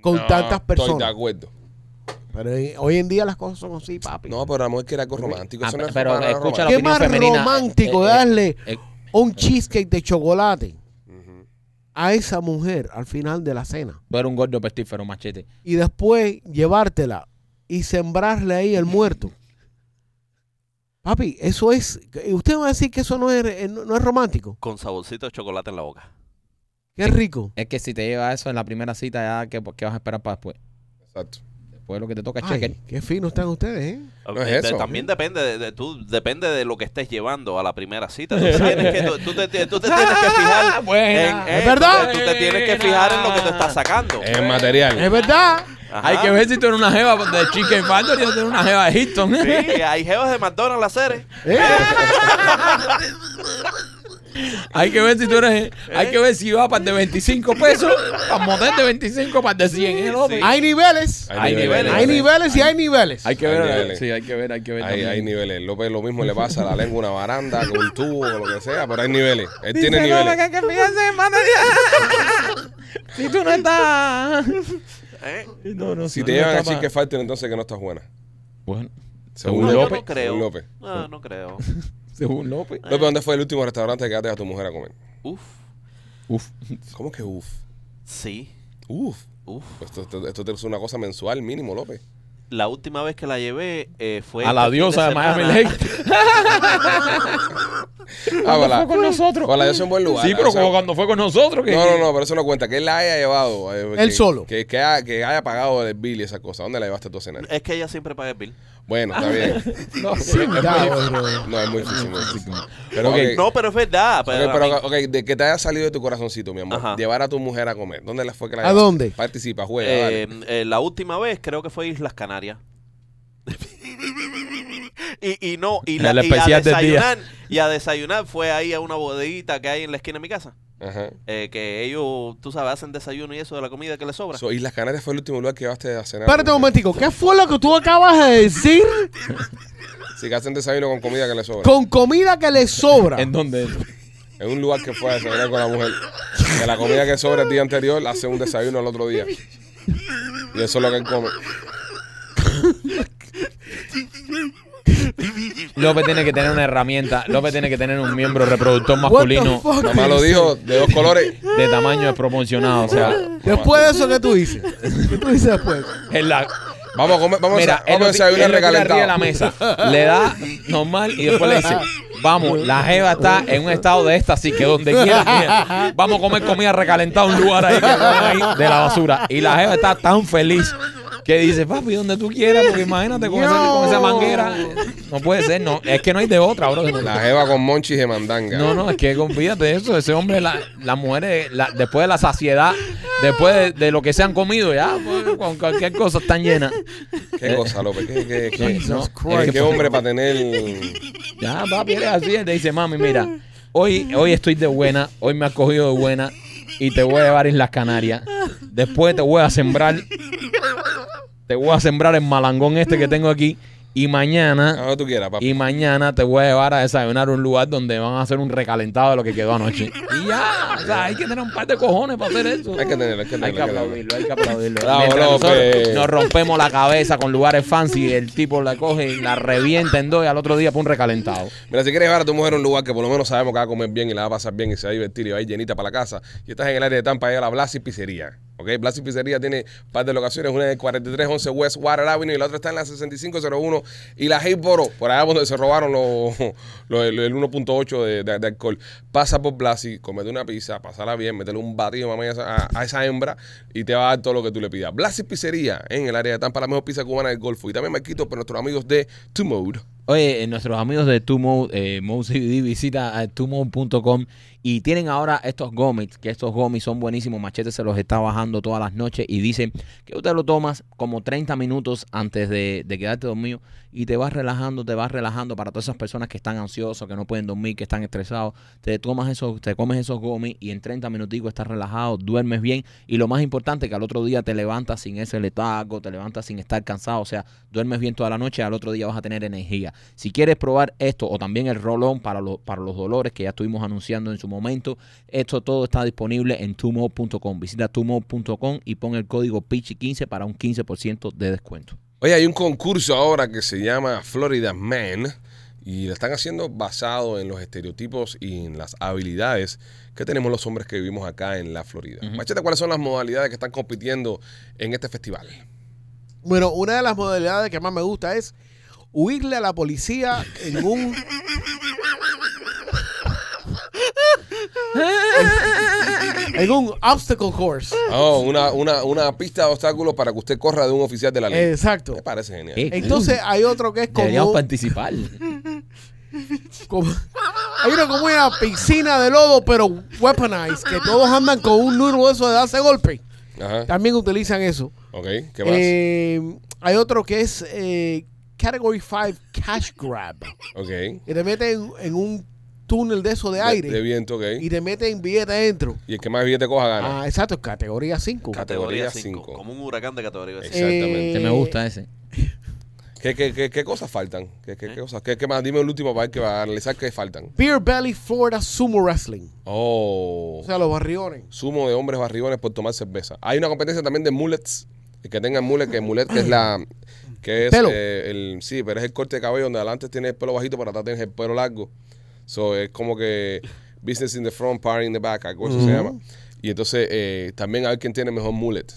D: con
A: No, Estoy
D: tantas
A: de
D: personas.
A: acuerdo.
D: Pero eh, hoy en día las cosas son así, papi.
A: No, pero la mujer quiere algo romántico.
B: Ah,
A: eso no es
B: pero
A: para nada
B: escucha la
D: ¿Qué
A: romántico.
B: opinión
D: más
B: femenina,
D: romántico
B: eh, eh,
D: darle
B: eh,
D: un cheesecake de chocolate
A: Ujú.
D: a esa mujer al final de la cena?
B: Tú eres un gordo pestífero, machete.
D: Y después llevártela y sembrarle ahí el muerto. Papi, eso es... Usted va a decir que eso no es, eh, no no es romántico.
C: Con saborcito de chocolate en la boca.
D: Qué rico.
B: Es que si te lleva eso en la primera cita, ya, ¿qué, qué vas a esperar para después?
A: Exacto.
B: Después lo que te toca es checker.
D: Ay, qué fino están ustedes, ¿eh?
A: No es
C: De-
A: eso.
C: también depende de, de- tú, depende de lo que estés llevando a la primera cita. Tú, tienes que, tú, tú te, tú te tienes que fijar. en,
B: buena.
C: eh,
D: Es verdad.
C: Tú te, tú te tienes que fijar en lo que te estás sacando.
A: Es material.
D: Es verdad.
C: Ajá.
B: Hay que ver si tú eres una jeva de Chicken Factory o tú eres una jeva de Hilton. (laughs)
C: Sí, hay jevas de McDonald's las series.
D: ¿Eh?
B: hay que ver si tú eres. eh, Hay que ver si vas para de 25 pesos, para motel de 25, para de 100. ¿eh, López?
C: Sí.
D: Hay niveles.
A: Hay,
B: Hay
A: niveles.
B: niveles.
D: Hay niveles y hay niveles.
B: Hay que
A: Hay
B: ver.
A: niveles.
B: sí, hay que ver, hay que ver.
A: Hay,
B: también.
A: hay niveles. López lo mismo le pasa a la lengua una baranda, con un tubo, o lo que sea, pero hay niveles. Él tiene
B: Dice, no,
A: niveles.
B: que- que fíjate, mano, ya. Si tú no estás.
C: ¿eh?
B: No, no,
A: Si
B: tú
A: te
B: no
A: llevan a
B: estás
A: Chique Factory, entonces que no estás buena.
B: pa- Bueno,
A: Según
C: No, yo
A: López.
C: no creo.
A: según López.
C: No, no creo.
B: según López.
A: López, ¿dónde fue el último restaurante que quedaste a tu mujer a comer?
C: Uf.
B: Uf.
A: ¿Cómo que uf?
C: Sí.
A: Uf.
C: Uf.
A: Esto, esto, esto te es una cosa mensual mínimo, López.
C: La última vez que la llevé eh, fue.
B: A la
C: este fin
B: diosa de
C: semana.
B: Miami Lake.
A: Ah, hola.
B: con nosotros.
A: Hola, yo soy un buen lugar.
B: Sí, pero
A: O sea,
B: como cuando fue con nosotros. Que,
A: No, no, no, pero eso no cuenta. Que él la haya llevado. eh,
D: Él
A: que-
D: solo.
A: Que, que, ha- que haya pagado el bill y esa cosa. ¿Dónde la llevaste tú a cenar?
C: Es que ella siempre paga el bill.
A: Bueno, está
B: (laughs)
A: bien.
B: No,
D: Ya, bro.
A: No, es muy difícil. muy difícil. Pero,
B: Ok,
A: ok,
C: No, pero es verdad.
A: Ok,
B: Pues
C: Pero
A: pero,
C: a mí-
A: ok, de que te haya salido de tu corazoncito, mi amor.
C: Ajá.
A: Llevar a tu mujer a comer. ¿Dónde la fue que la
D: ¿A
A: llevaste?
D: dónde?
A: Participa, juega.
C: eh,
A: dale.
C: eh, la última vez creo que fue Islas Canarias. (laughs) y, y no, y, la,
B: El
C: y a
B: especial del día.
C: desayunar, y a desayunar fue ahí a una bodeguita que hay en la esquina de mi casa.
A: Ajá.
C: eh, que ellos, tú sabes, hacen desayuno y eso de la comida que les sobra.
A: So, Islas Canarias fue el último lugar que llevaste a cenar.
D: Espérate un momentico. ¿Qué fue lo que tú acabas de decir?
A: Si que hacen desayuno con comida que le sobra.
D: Con comida que le sobra.
B: ¿En dónde?
A: Es un lugar que fue a desayunar con la mujer. De la comida que sobra el día anterior, hace un desayuno al otro día. Y eso es lo que él come.
B: (laughs) López tiene que tener una herramienta. López tiene que tener un miembro reproductor
D: What the
B: masculino
D: fuck
A: Mamá lo
D: dice?
A: dijo de dos colores.
B: de tamaño desproporcionado. O sea, (laughs)
D: Después de eso, ¿qué tú dices? ¿Qué tú dices después?
B: es la.
A: Vamos a comer, vamos a-
B: Mira, él
A: vamos a
B: lo ti- él lo
A: desayunar
B: tira arriba de la
A: recalentado.
B: mesa. Le da normal y después le dice: Vamos, la jeva está en un estado de éxtasis que donde quiera. mira, Vamos a comer comida recalentada en un lugar ahí, que comen ahí de la basura. Y la jeva está tan feliz que dice: Papi, donde tú quieras, porque imagínate con, esa, con esa manguera. No puede ser, no. Es que no hay de otra, bro.
A: La jeva con monchis de mandanga.
B: No, no, es que confíate de eso. Ese hombre, la- las mujeres, la- después de la saciedad, después de, de lo que se han comido, ya, pues, con cualquier cosa están llenas.
A: Qué cosa, López. Qué, qué- qué-
B: No,
A: qué-
B: es que
A: qué
B: fue-
A: hombre para tener.
B: Ya, papi, eres así. Él te dice, mami, mira, hoy, hoy estoy de buena, hoy me has cogido de buena y te voy a llevar a Islas Canarias. Después te voy a sembrar, te voy a sembrar el malangón este que tengo aquí
A: (laughs)
B: y
A: A
B: mañana...
A: donde tú quieras, papá.
B: Y mañana te voy a llevar a desayunar a un lugar donde van a hacer un recalentado de lo que quedó
A: (laughs)
B: anoche. Y ya, o sea, hay que tener un par de cojones para hacer eso.
A: Hay que tenerlo, hay que tenerlo.
B: Hay que
A: hay que tenerlo.
B: aplaudirlo, hay que aplaudirlo.
A: Bravo,
B: Mientras nosotros
A: López.
B: nos rompemos la cabeza con lugares fancy, el tipo la coge y la revienta en dos y al otro día pone un recalentado.
A: Mira, si quieres llevar a tu mujer a un lugar que por lo menos sabemos que va a comer bien y la va a pasar bien y se va a divertir y va a ir llenita para la casa, y estás en el área de Tampa, llega la Blasi Pizzería. ¿Ok? Blasi Pizzería tiene un par de locaciones, una en el 4311 West Water Avenue y la otra está en la 6501 y la Hayboro, por allá donde se robaron los (laughs) los- el el 1.8 de, de- de alcohol. Pasa por Blasi, comete una pizza, pasala bien, métele un batido mamá, a, esa- a esa hembra y te va a dar todo lo que tú le pidas. Blasi Pizzería en el área de Tampa, la mejor pizza cubana del Golfo. Y también me quito por nuestros amigos de Two Mode.
B: Oye, eh, nuestros amigos de Tumo, eh, Mo CBD, visita a tumo.com y tienen ahora estos gomis, que estos gomis son buenísimos. Machete se los está bajando todas las noches y dicen que usted lo tomas como 30 minutos antes de, de quedarte dormido y te vas relajando, te vas relajando para todas esas personas que están ansiosos, que no pueden dormir, que están estresados. Te tomas esos, te comes esos gomis y en 30 minuticos estás relajado, duermes bien y lo más importante que al otro día te levantas sin ese letargo, te levantas sin estar cansado, o sea, duermes bien toda la noche y al otro día vas a tener energía. Si quieres probar esto o también el rolón para, lo- para los dolores que ya estuvimos anunciando en su momento, esto todo está disponible en tumo.com. Visita tumo.com y pon el código PICHI15 para un 15% de descuento.
A: Oye, hay un concurso ahora que se llama Florida Man y lo están haciendo basado en los estereotipos y en las habilidades que tenemos los hombres que vivimos acá en la Florida. Machete, ¿cuáles son las modalidades que están compitiendo en este festival?
D: Bueno, una de las modalidades que más me gusta es huirle a la policía
A: (laughs)
D: en un. en un obstacle course.
A: Oh, una, una, una pista de obstáculos para que usted corra de un oficial de la ley.
D: Exacto.
A: Me parece genial.
B: Eh,
D: Entonces hay otro que es
B: Deberíamos
D: como,
B: participar.
D: como- hay uno como una piscina de lodo, pero weaponized, que todos andan con un nudo eso de darse golpe.
A: Ajá.
D: También utilizan eso.
A: Ok, ¿qué más?
D: Eh, hay otro que es eh, Category 5 Cash Grab.
A: ok.
D: Y te meten en un túnel de eso de
A: De-
D: aire.
A: De, viento, ok.
D: y
A: Y,
D: te meten billete adentro.
A: el que más billete coja gana.
D: Ah, exacto, es categoría 5.
A: Cat- Categoría
C: Categoría
A: cinco.
C: 5. Como un huracán de categoría 5.
A: Exactamente.
B: Que
D: Eh,
B: me gusta ese.
A: ¿Qué, qué, qué, qué cosas faltan? ¿Qué, qué,
D: ¿Eh?
A: qué cosas? ¿Qué, qué más? Dime el último para ver que va a analizar qué faltan.
D: Beer Belly Florida Sumo Wrestling.
A: Oh.
D: O sea, los barriones.
A: sumo de hombres barrigones por tomar cerveza. Hay una competencia también de mullets. El que tenga mullet, que mullet que es la que es
D: Pelo.
A: eh, el sí, pero es el corte de cabello donde adelante tienes el pelo bajito para atrás tienes el pelo largo. So es como que business in the front, party in the back, algo así se llama. Y entonces eh, también a ver quién tiene mejor mullet.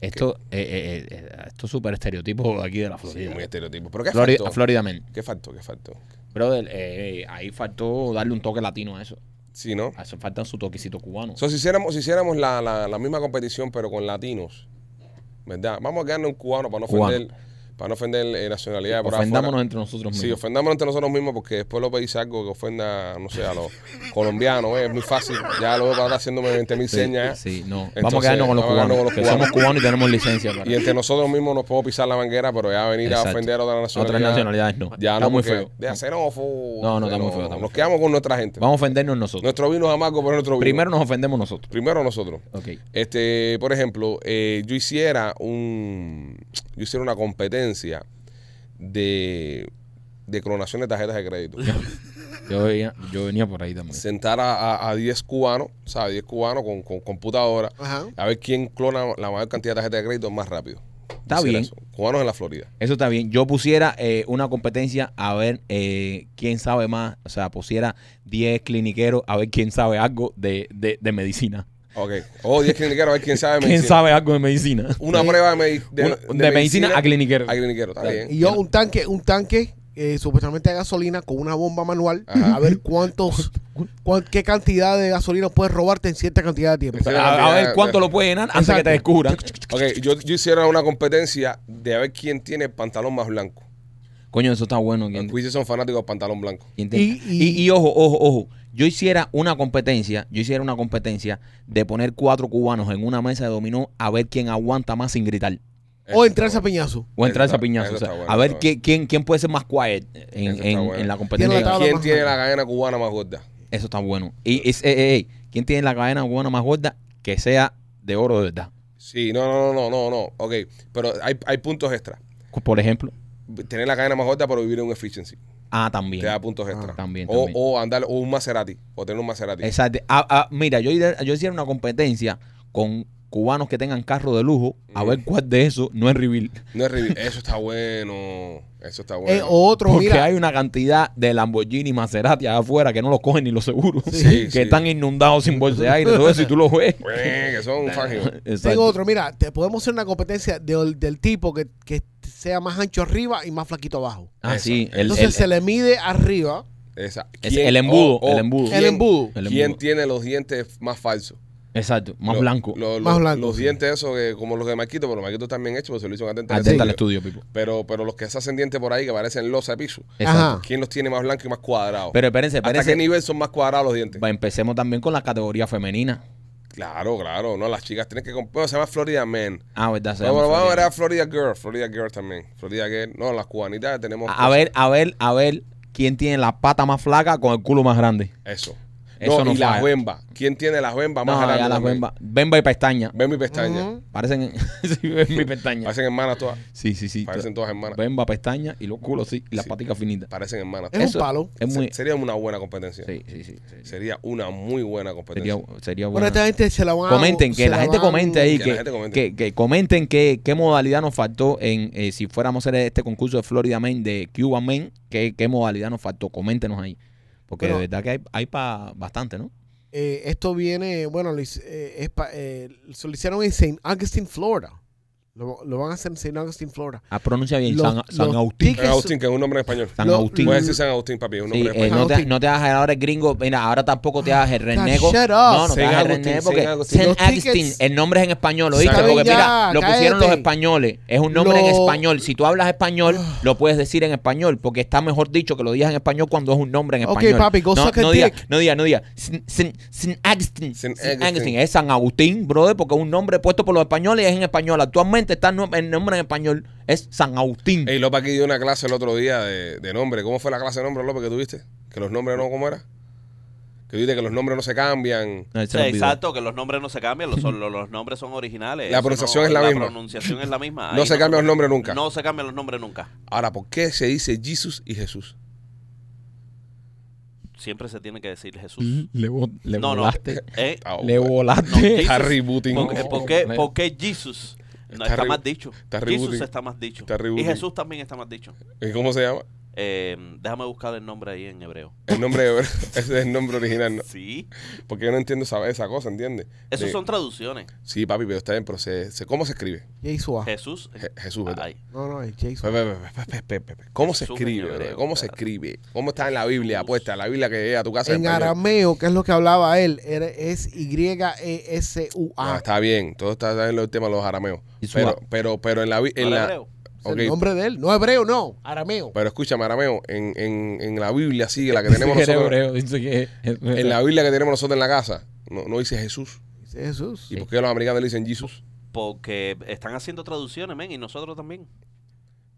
B: Esto, eh, eh, eh, esto es súper estereotipo aquí de la Florida.
A: Muy estereotipo. Pero qué
B: Florida,
A: faltó?
B: Florida Man.
A: ¿Qué faltó? ¿Qué faltó?
B: Brother, eh, eh, ahí faltó darle un toque latino a eso.
A: Sí, ¿no?
B: Hace falta su toquecito cubano.
A: So, si hiciéramos, si hiciéramos la, la, la misma competición, pero con latinos, ¿verdad? Vamos a ganarnos un cubano para no
B: Cubano.
A: ofender, para no ofender eh, nacionalidad. por afuera.
B: Ofendámonos entre nosotros mismos.
A: Sí, ofendámonos entre nosotros mismos porque después lo pedís algo que ofenda, no sé, a los colombianos, ¿eh? es muy fácil. Ya lo veo para estar haciéndome 20 mil
B: Sí,
A: señas. ¿eh?
B: sí, no. vamos a
A: Entonces,
B: quedarnos con los
A: vamos a
B: cubanos.
A: quedarnos con
B: que
A: los cubanos.
B: somos cubanos y tenemos licencia. para-
A: Y entre nosotros mismos nos podemos pisar la manguera, pero ya venir a
B: Exacto.
A: ofender a otra nacionalidad.
B: Otras nacionalidades no.
A: Ya
B: está
A: no,
B: muy
A: porque-
B: feo.
A: De xenófobo.
B: No, no, está
A: de
B: muy feo, está muy
A: Nos
B: feo.
A: quedamos con nuestra gente.
B: Vamos a ofendernos nosotros.
A: Nuestro vino es amargo, pero es nuestro vino.
B: Primero nos ofendemos nosotros.
A: Primero nosotros.
B: Ok.
A: Este, por ejemplo, eh, yo hiciera un yo hiciera una competencia de, de clonación de tarjetas de crédito.
B: (laughs) Yo venía, yo venía por ahí también.
A: Sentar a a- a 10 cubanos, o sea, 10 cubanos con, con computadora,
D: Ajá.
A: a ver quién clona la mayor cantidad de tarjetas de crédito más rápido.
B: Está
A: Hiciera
B: bien.
A: eso. Cubanos en la Florida.
B: Eso está bien. Yo pusiera eh, una competencia a ver eh, quién sabe más. O sea, pusiera 10 cliniqueros a ver quién sabe algo de, de- de medicina.
A: Ok. O 10 cliniqueros, a ver quién sabe de
B: ¿Quién
A: medicina.
B: sabe algo de medicina?
A: Una prueba de, medi- de-
B: (laughs) Una-
A: de
B: de medicina a cliniquero.
A: A cliniquero, está
B: Claro.
A: bien.
D: Y yo un tanque, un tanque eh, supuestamente de gasolina con una bomba manual
A: Ajá.
D: a ver cuántos, cuán- qué cantidad de gasolina puedes robarte en cierta cantidad de tiempo.
A: Sí.
B: A, a ver cuánto lo puede llenar antes que
D: Exacto.
B: te descubran.
A: Ok, yo, yo hiciera una competencia de a ver quién tiene el pantalón más blanco.
B: Coño, eso está bueno. ¿quién-
A: Los quizzes son fanáticos del pantalón blanco.
B: ¿Quién tiene?
D: Y-
B: Y,
D: y-
B: y ojo, ojo, ojo. Yo hiciera una competencia, yo hiciera una competencia de poner cuatro cubanos en una mesa de dominó a ver quién aguanta más sin gritar.
D: O entrarse a piñazo.
B: O entrar
A: Eso está-
B: a
A: eso
B: piñazo. O sea,
A: está bueno,
B: a ver
A: está
B: quién, quién, quién puede ser más quiet
A: Eso
B: en,
A: está
B: en-
A: bueno.
B: en la
D: ¿Quién
B: competencia.
D: la
A: Este, ¿Quién
D: más
A: tiene la
D: grande.
A: cadena cubana más gorda?
B: Eso está bueno. Y es, eh, eh, eh, ¿quién tiene la cadena cubana más gorda? Que sea de oro de verdad.
A: Sí, no, no, no, no, no, no. Ok, pero hay, hay puntos extra.
B: Por ejemplo.
A: Tener la cadena más gorda pero vivir en un efficiency.
B: Ah, también.
A: Te da puntos extra.
B: Ah. también,
A: o,
B: también.
A: o andar, o un Maserati, o tener un Maserati.
B: Exacto. Ah, ah, mira, yo, iré- yo hiciera una competencia con cubanos que tengan carro de lujo a
A: Mm.
B: ver cuál de esos no es
D: (laughs)
B: reveal.
A: No es reveal. Eso está bueno. Eso está bueno.
D: Eh, o otro,
B: Porque
D: mira.
B: hay una cantidad de Lamborghini y Maserati allá afuera que no los cogen ni los seguros. (laughs)
A: Sí,
B: que
A: sí.
B: están inundados sin bolsa de aire. Todo eso y tú los
A: (laughs)
B: ves.
A: Eh, que son fáciles.
B: Exacto.
D: Tengo otro, mira, te podemos hacer una competencia del- del tipo que, que sea más ancho arriba y más flaquito abajo.
B: Ah, sí. El,
D: Entonces
B: el-
D: se le mide arriba
A: Esa.
B: Es el embudo, el embudo.
A: ¿quién-
D: el embudo.
B: el
A: ¿Quién
B: embudo.
A: tiene los dientes más falsos?
B: Exacto. Más
A: Lo-
B: blanco.
A: lo- lo-
D: Más blanco,
A: Los
D: sí.
A: dientes esos, que, como los de Marquito, pero Marquito también hecho, porque se lo hizo en Atenta
B: Atenta al
A: Estudio.
B: estudio, Pipo.
A: Pero, pero los que se hacen dientes por ahí, que parecen losa de piso,
B: Exacto.
D: Ajá.
A: ¿quién los tiene más blancos y más cuadrados?
B: Pero espérense,
A: ¿Hasta qué
B: espérense.
A: nivel son más cuadrados los dientes?
B: Va, Empecemos también con la categoría femenina.
A: Claro, claro. No, las chicas tienen que comprar. Se llama Florida Man.
B: Ah, verdad. se
A: Vamos,
B: llama
A: vamos a ver
B: Florida.
A: a Florida Girl. Florida Girl también. Florida Girl. No, las cubanitas tenemos. pues,
B: A a ver, a ver, a ver quién tiene la pata más flaca con el culo más grande.
A: Eso.
B: Eso
A: no,
B: no
A: y la
B: falla.
A: juemba. ¿Quién tiene la juemba más
B: No,
A: grande
B: ya las
A: también?
B: bemba. Bemba y pestaña.
A: Ven mi pestaña.
D: Ujú.
B: Parecen. (laughs) sí, ven mi pestaña.
A: Parecen hermanas todas.
B: Sí, sí, sí.
A: Parecen todas hermanas.
B: Bemba, pestaña y los culos, sí. Y las
A: Sí.
B: paticas finitas.
A: Parecen hermanas.
D: Es un palo.
B: Es muy.
A: Se- Sería una buena competencia.
B: Sí, sí, sí. sí.
A: Sería una muy buena competencia.
B: Sería, sería
D: Bueno,
B: bueno.
D: esta gente se la van a-
B: Comenten, que
D: se
B: la gente
D: van-
B: comente ahí,
A: Que
B: que,
A: la gente comente.
B: que- que comenten qué, qué modalidad nos faltó en eh, si fuéramos a hacer este concurso de Florida Main, de Cuba Main, qué, qué modalidad nos faltó. Coméntenos ahí. Porque
D: Bueno.
B: de verdad que hay, hay para bastante, ¿no?
D: Eh, esto viene, bueno, lo, hic- eh, es pa- eh, se lo hicieron en St. Augustine, Florida. Lo, lo van a hacer en St. Augustine, Florida.
B: Ah, pronuncia bien,
D: Los-
B: San, San
D: los
B: Agustín.
D: tic-
A: San Agustín, que es un nombre en español.
B: San
D: Lo-
B: Agustín.
A: Puedes decir San Agustín, papi, es un
B: Sí,
A: nombre en
B: eh,
A: español.
B: no, te,
D: Agustín.
B: no te hagas ahora el gringo. Mira, ahora tampoco te hagas el renego.
D: shut up.
B: No, no te
A: San
B: hagas el
A: Agustín,
B: renego
A: San
B: porque
A: Agustín.
B: San
D: Los tickets-
B: Agustín, el nombre es en español, ¿oíste?
A: San
B: Porque
D: Agustín.
B: mira, lo
D: Ya,
B: pusieron
D: cállate.
B: los españoles. Es un nombre en
D: Lo- Ah.
B: español. Si tú hablas español, lo puedes decir en español porque está mejor dicho que lo digas en español cuando es un nombre en
D: Ok,
B: español.
D: papi, go
B: no,
D: suck a
B: no digas,
D: dick.
B: no digas, no digas. San- San San Agustín.
A: San
B: San
A: Agustín.
B: Agustín. Es San Agustín, brother, porque es un nombre puesto por los españoles y es en español. Actualmente está el nom- el nombre en español. Es San Agustín.
A: Ey, López aquí dio una clase el otro día de, de nombre. ¿Cómo fue la clase de nombre, López, que tuviste? Que los nombres no, ¿cómo era? Que dice que los nombres no se cambian.
B: No, él se
C: Sí,
B: lo olvidó.
C: exacto, que los nombres no se cambian, los, son- (laughs) los, los nombres son originales.
A: La
C: eso no-
A: pronunciación es la misma.
C: La pronunciación es la misma.
A: No
C: ahí
A: se cambian los nombres nunca.
C: No se cambian los nombres nunca.
A: Ahora, ¿por qué se dice Jesus y Jesús?
C: Siempre se tiene que decir Jesús.
D: Mm,
B: Le, vo- le
C: No, no.
B: volaste.
C: Eh,
A: Ah,
B: Le
A: bueno.
B: volaste. (laughs)
C: Jesus.
A: Está rebooting.
C: ¿Por, qué- por qué,
B: no.
C: por qué Jesus?
A: Está
C: No, está
A: re-
C: más dicho.
A: está
C: Jesús
A: rebooting.
C: está más dicho.
A: Está
C: Y
A: rebooting.
C: Jesús también está más dicho.
A: ¿Y cómo se llama?
C: Eh, déjame buscar el nombre ahí en hebreo.
A: El nombre hebreo. (laughs) Ese es el nombre original, ¿no?
C: Sí.
A: Porque yo no entiendo esa, esa cosa, ¿entiendes?
C: Esas
A: De-
C: son traducciones.
A: Sí, papi, pero está bien, pero se- se- ¿cómo se escribe?
D: Jesús. ah.
C: Jesús.
A: Je- Jesús, ¿verdad?
C: Ay,
D: No, no, es Jesús.
A: Pe- pe- pe- pe- pe- pe- pe- ¿Cómo se
C: Jesús
A: escribe?
C: en hebreo,
A: bro? ¿Cómo se
C: espérate.
A: escribe? ¿Cómo está en la Biblia
C: Jesús.
A: puesta? La Biblia que llega a tu casa.
D: En
A: español.
D: arameo, que es lo que hablaba él, era- es E
A: Ah,
B: Ah,
D: Y-E-S-U-A.
A: está bien, todo está bien el tema de los arameos.
B: Jesús.
A: Pero, pero, pero en la Bi- en
C: ¿no era
A: la-
C: hebreo?
D: Es el
A: ok.
D: nombre de él. No hebreo, no. Arameo.
B: Pues-
A: Pero escúchame, arameo, en, en, en la Biblia sí,
B: (laughs)
A: la que tenemos nosotros.
B: dice que
A: En
B: (laughs)
A: la Biblia que tenemos nosotros en la casa, no, no dice Jesús.
D: Dice Jesús.
A: ¿Y por qué los americanos le dicen Jesús?
C: Porque están haciendo traducciones, men, y nosotros también.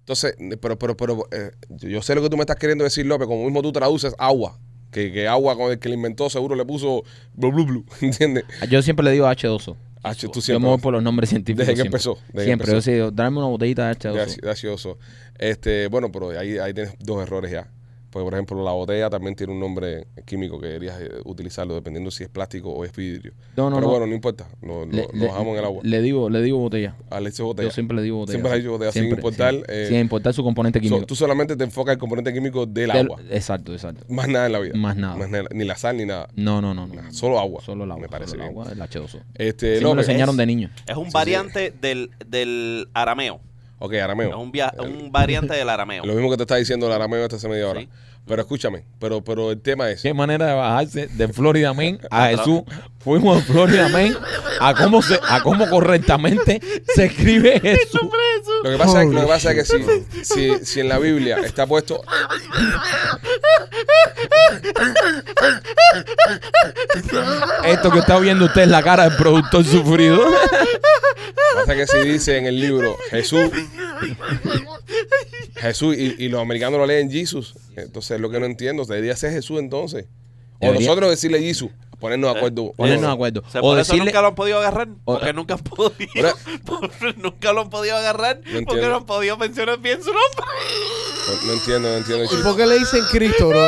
A: Entonces, pero, pero, pero, eh, yo sé lo que tú me estás queriendo decir, López, como mismo tú traduces agua. Que, que agua con el que le inventó seguro le puso blu blu (laughs) blu, ¿entiendes?
B: Ah, Yo siempre le digo H2O.
A: Ah, tú
B: Yo me voy
A: siempre.
B: por los nombres científicos.
A: Desde que
B: siempre.
A: empezó. desde que
B: siempre,
A: empezó.
B: yo sí digo, dame una botellita de
A: Graci-
B: H2O.
A: Gracioso. Este, bueno, pero ahí, ahí tienes dos errores ya. Porque, por ejemplo, la botella también tiene un nombre químico que deberías eh, utilizarlo, dependiendo si es plástico o es vidrio.
B: No, no,
A: pero
B: no.
A: bueno, no importa. Lo, lo-
B: Le-
A: lo
B: le-
A: dejamos en el agua.
B: Le digo, le digo botella.
A: Alex botella.
B: Yo siempre le digo botella.
A: Siempre le digo botella, sin importar,
B: Sin,
A: eh,
B: sin importar su componente
A: So,
B: Este químico.
A: tú solamente te enfocas en el componente químico del
B: Del-
A: agua.
B: exacto, exacto.
A: Más nada en la vida.
B: Más nada.
A: Ni la sal ni nada.
B: No, no, no. no.
A: Nada, Solo agua.
B: Solo el agua.
A: Me parece
B: solo el
A: bien.
B: agua, el H2O.
A: Este,
B: Sí, me lo
A: López.
B: enseñaron de niño.
C: Es un
A: sí.
C: variante Del, del arameo.
A: Ok,
C: Es
A: arameo. Eh,
C: un, via-
A: (laughs)
C: un variante del arameo.
A: Lo mismo que te está diciendo el arameo hasta hace media hora.
C: Sí.
A: Pero escúchame, pero, pero el tema es.
B: Qué manera de bajarse de Florida Man a Jesús. Fuimos a Florida Man a cómo, se, a cómo correctamente se
C: (laughs)
B: escribe Jesús.
A: Lo que pasa es, lo que
D: Holy
A: pasa es que si, si, si en la Biblia está puesto.
B: Esto que está viendo usted es la cara del productor sufrido. (laughs)
A: Pasa que si dice en el libro Jesús. Jesús y, y los americanos lo leen Jesus. Entonces lo que no entiendo, debería ser Jesús entonces. O
B: Debería.
A: nosotros decirle Jesus, ponernos de acuerdo.
B: Ponernos de
A: Bueno,
B: acuerdo.
C: O sea,
B: O
C: por eso
B: decirle.
C: nunca lo han podido agarrar.
B: o-
A: eh,
C: Porque nunca han podido. (laughs) porque nunca lo han podido agarrar. Porque
A: entiendo.
C: no han podido mencionar bien su nombre.
A: No, no entiendo, no entiendo. el
D: ¿Y
A: chiste.
D: por qué le dicen Cristo, bro?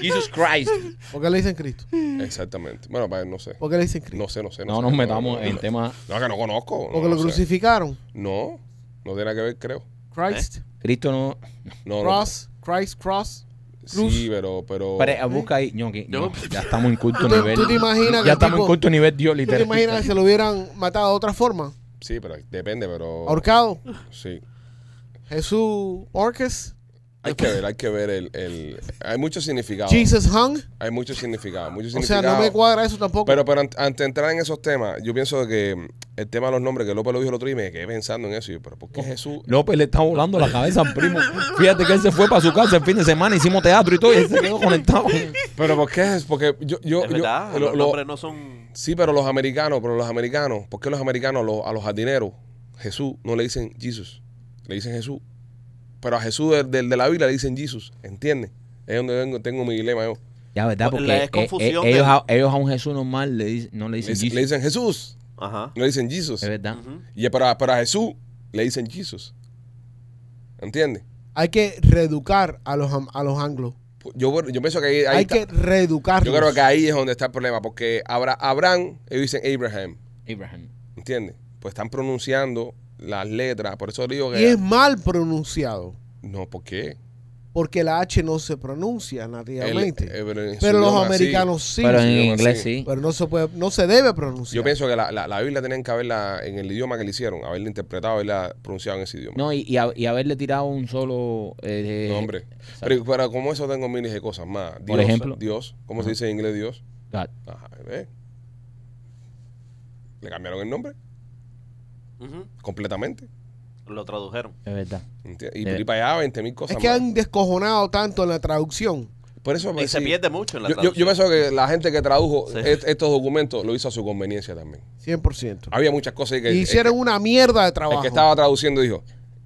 B: Jesus Christ.
D: ¿Por qué le dicen Cristo?
A: Exactamente. Bueno, pa- no sé.
D: ¿Por qué le dicen Cristo?
A: No sé, no sé.
B: No
A: sé.
B: nos metamos
A: no,
B: en
A: no.
B: temas.
A: No, que no conozco. No,
D: Porque lo
A: no sé.
D: crucificaron.
A: No, no tiene nada que ver, creo.
D: Christ.
A: ¿eh?
B: Cristo no.
A: No, no.
D: Cross. Christ Cross.
A: Sí, pero. pero
B: Pero, eh, busca ahí. No, que- no,
C: Yo-
B: ya estamos en culto
D: (laughs) ¿Tú te-
B: nivel.
D: tú te imaginas que
B: Ya estamos en
D: tipo-
B: culto nivel Dios,
D: ¿Tú te
B: literal.
D: imaginas que se lo hubieran matado de otra forma?
A: Sí, pero depende, pero.
D: Ahorcado.
A: Sí.
D: Jesús Orques.
A: Hay que ver, hay que ver el, el- hay muchos significados.
D: Jesus Hung.
A: Hay muchos significados, muchos
D: O sea, no
A: significados.
D: me cuadra eso tampoco.
A: pero pero an- ante entrar en esos temas, yo pienso que mm, el tema de los nombres que López lo dijo el otro día y me quedé pensando en eso y yo, pero
D: Oh.
A: ¿por qué Jesús?
B: López le está volando la cabeza al primo. Fíjate que él se fue para su casa el fin de semana,
D: (laughs)
B: hicimos teatro y todo, y él se quedó conectado.
A: Pero ¿por qué es? Porque yo yo
C: Es
A: yo
C: verdad.
A: lo-
C: los
A: lo-
C: nombres no son.
A: Sí, pero los americanos, pero los americanos, ¿por qué los americanos a los, a los jardineros, Jesús, no le dicen Jesús? Le dicen Jesús. Pero a Jesús del, del- de la Biblia le dicen Jesús, ¿entiendes? Es donde vengo, tengo mi dilema yo.
B: Ya, ¿verdad? Porque
C: La
B: eh, eh,
C: confusión
B: ellos,
C: de-
B: a, ellos a un Jesús normal le, dic- no
A: Le
B: le dicen
A: dicen,
B: Jesus.
A: le dicen Jesús,
C: Ajá.
A: no le dicen Jesús.
B: Es
D: Eh.
B: verdad.
C: Ujú.
A: Y pero, a- pero a Jesús le dicen Jesús. ¿Entiendes?
D: Hay que reeducar a los, am- a los anglos.
A: Pues Yo, yo pienso que ahí, ahí
D: Hay
A: está.
D: que reeducarlos.
A: Yo creo que ahí es donde está el problema, porque Abra- Abraham, ellos dicen Abraham,
B: Abraham.
A: ¿entiendes? Pues están pronunciando las letras, por eso digo que...
D: Y es mal pronunciado.
A: No, ¿por qué?
D: Porque la H no se pronuncia
A: Él-
D: nativamente.
A: eh, pero en su
D: pero los
A: idioma, sí.
D: americanos sí.
B: Pero
A: sí,
B: en
A: idioma,
B: inglés
A: sí.
B: sí.
D: Pero no se puede, no se debe pronunciar.
A: Yo pienso que la, la, la Biblia tenían que haberla en el idioma que le hicieron, haberla interpretado, haberla pronunciado en ese idioma.
B: No, y, y a- y haberle tirado un solo... eh,
A: No, hombre. Pero, pero como eso tengo miles de cosas más. Dios,
B: ejemplo.
A: Dios. ¿Cómo se
B: Ajá.
A: dice en inglés Dios?
B: God.
A: Ajá, ¿ves? Le cambiaron el nombre
C: Ujú.
A: completamente.
C: Lo tradujeron.
B: Es verdad.
A: ¿entiendes? Y
B: Eh.
A: por ahí para allá 20 mil
D: es
A: cosas
D: que
A: más.
D: han descojonado tanto en la traducción.
A: Por eso
C: Y
A: pues,
C: se
A: sí.
C: pierde mucho en la
A: Yo- yo, yo, pienso
C: traducción.
A: que la gente que tradujo
C: Sí.
A: est- estos documentos lo hizo a su conveniencia también.
D: 100%.
A: Había muchas cosas ahí Ah, que
D: Y hicieron
A: el,
D: una mierda de
A: que, el
D: trabajo.
A: que estaba traduciendo dijo,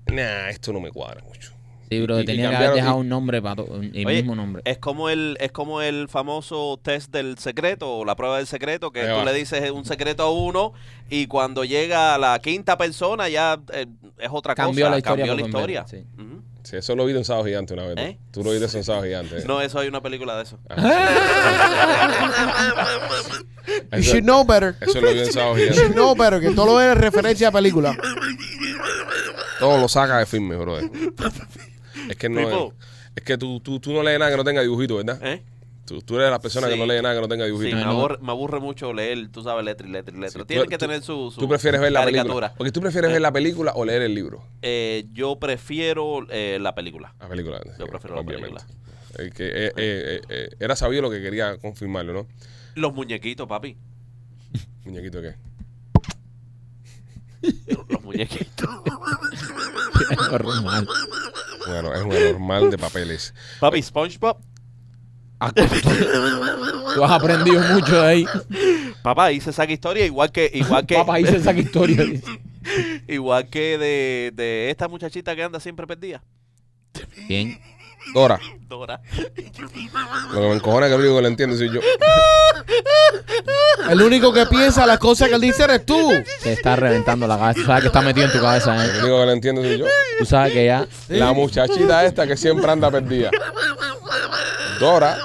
A: nah, esto no me cuadra mucho.
B: Sí,
A: Y-
B: pero
A: y
B: tenía que haber
A: cambiaron-
B: dejado
A: y-
B: un nombre para to- un- el
C: Oye,
B: mismo nombre. (laughs)
C: Es como el, es como el famoso test del secreto o la prueba del secreto, que
A: Ahí
C: tú
A: va.
C: le dices un secreto a uno y cuando llega a la quinta persona ya eh, es otra
B: Cambió
C: cosa.
B: la historia
C: Cambió la
B: por
C: historia.
B: completo,
C: Ujú.
A: Sí, eso lo vi de un sábado gigante una vez. ¿no?
C: ¿Eh?
A: Tú lo viste en un sábado gigante. ¿eh?
C: No, eso hay una película de eso.
A: Ah.
D: You
A: Eso,
D: should know better.
A: eso lo vi en sábado
D: You
A: gigante.
D: should know better. Que todo lo es referencia a película.
A: Todo lo saca de filme, brother. Es que no.
C: People.
A: Es que tú, tú, tú no lees nada que no tenga dibujito, ¿verdad?
C: ¿Eh?
A: Tú, tú eres la persona que
C: Sí.
A: no lee nada que no tenga
C: Sí,
A: dibujito.
C: me
B: no.
C: aburre, me aburre mucho leer, tú sabes, letra y letra y letra.
A: Sí,
C: Tienen
A: tú-
C: que
A: tú-
C: tener su, su
A: Tú prefieres ver la
C: caricatura.
A: película. Porque tú prefieres ver la película o leer el libro.
C: Eh, yo prefiero eh, la película.
A: La película.
C: Yo prefiero la
A: El que, eh, eh, eh, eh, era sabido lo que quería confirmarlo, ¿no?
C: Los muñequitos, papi.
A: Muñequito, ¿qué? (laughs)
C: Los muñequitos.
B: Normal.
A: Bueno, es un normal de papeles.
C: papi, SpongeBob.
B: Tú has aprendido mucho de ahí.
C: Papá, hice esa historia igual que... Igual que
B: Papá hizo esa historia.
C: (laughs) Igual que de, de esta muchachita que anda siempre perdida.
B: Bien.
A: Dora,
C: Dora.
A: lo que me encojona es que lo único que lo entiendo soy yo.
D: El único que piensa las cosas que él dice eres tú.
B: Se está reventando la cabeza. Tú sabes que está metido en tu cabeza,
A: Lo
B: ¿eh?
A: único que lo entiendo soy yo.
B: Tú sabes que ya...
A: La muchachita esta que siempre anda perdida. Dora.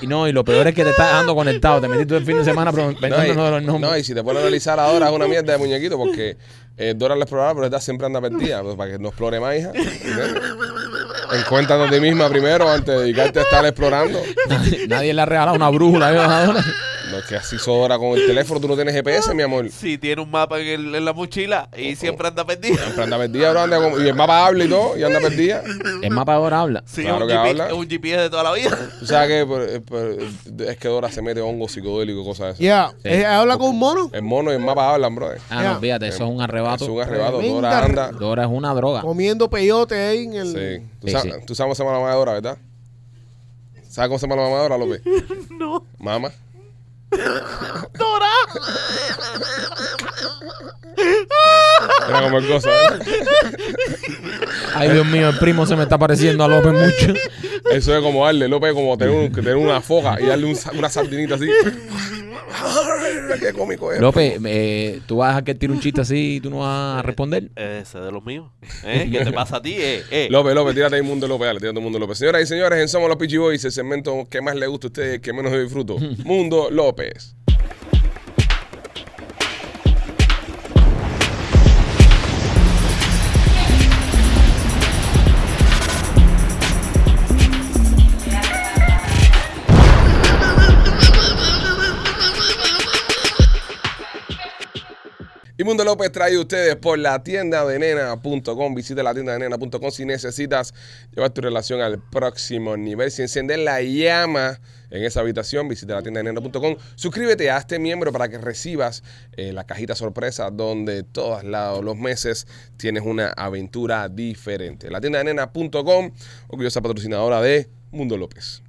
B: Y, y no, y lo peor es que te estás dejando conectado. Te metiste todo el fin de semana preguntándonos
A: y,
B: los nombres.
A: no, y si te pones a analizar a Dora es una mierda de muñequito porque eh, Dora la exploraba, pero esta siempre anda perdida. Pues, para que no explore más, hija. ¿entiendes? Encuéntrate a ti misma primero antes de dedicarte a estar explorando. (laughs)
B: Nadie, nadie le ha regalado una brújula. ¿eh? Ahora.
A: No es que así hizo Dora con el teléfono. Tú no tienes GPS, mi amor.
C: Sí, tiene un mapa en, el- en la mochila y
A: Oh,
C: siempre anda perdida.
A: Siempre anda perdida, bro. Anda como- y el mapa habla y todo, y anda perdida.
B: El mapa ahora habla.
C: Sí,
A: Claro
C: es, un
A: que
C: GP
A: habla.
C: es un GPS de toda la vida. (laughs)
A: Tú sabes que por- eh, por- es que Dora se mete hongo psicodélico y cosas de esas.
D: Ya. Eh, Habla con un mono.
A: El mono y el mapa hablan, brother.
B: Ah,
D: Ya.
B: no, fíjate, eso es un
A: Es un
B: arrebato.
A: arrebato.
D: Tremenda
A: Dora anda.
B: Dora es una droga.
D: Comiendo peyote ahí en el.
A: Sí. Tú,
B: Sí,
A: sa-
B: sí.
A: tú sabes cómo se llama la mamá de Dora, ¿verdad? ¿Sabes cómo se llama la mamá de Dora, López?
C: (laughs) No,
A: Mamá.
C: (laughs) Dora.
A: Era como el cosa. ¿eh? ¿verdad?
B: Ay, Dios mío, el primo se me está pareciendo a
A: (laughs)
B: López mucho.
A: Eso es como darle, López, es como tener, un- tener una foca y darle un sa- una sardinita
C: (laughs)
A: así. Qué cómico es.
B: López, eh, tú vas a dejar que él tire un chiste así y tú no vas a responder.
C: Ese de los míos. ¿Eh? ¿Qué te pasa a ti? Eh, eh.
A: López, López, tírate ahí Mundo López, dale, tírate Mundo López. Señoras y señores, en Somos los Pichi Boys, el segmento que más le gusta a ustedes, que menos yo disfruto. Mundo López. Y Mundo López trae a ustedes por la tienda de nena.com. Visita la tienda de nena.com si necesitas llevar tu relación al próximo nivel. Si enciendes la llama en esa habitación, visita la tienda de nena.com. Suscríbete a este miembro para que recibas eh, la cajita sorpresa donde todos lados los meses tienes una aventura diferente. La tienda de nena.com, orgullosa patrocinadora de Mundo López.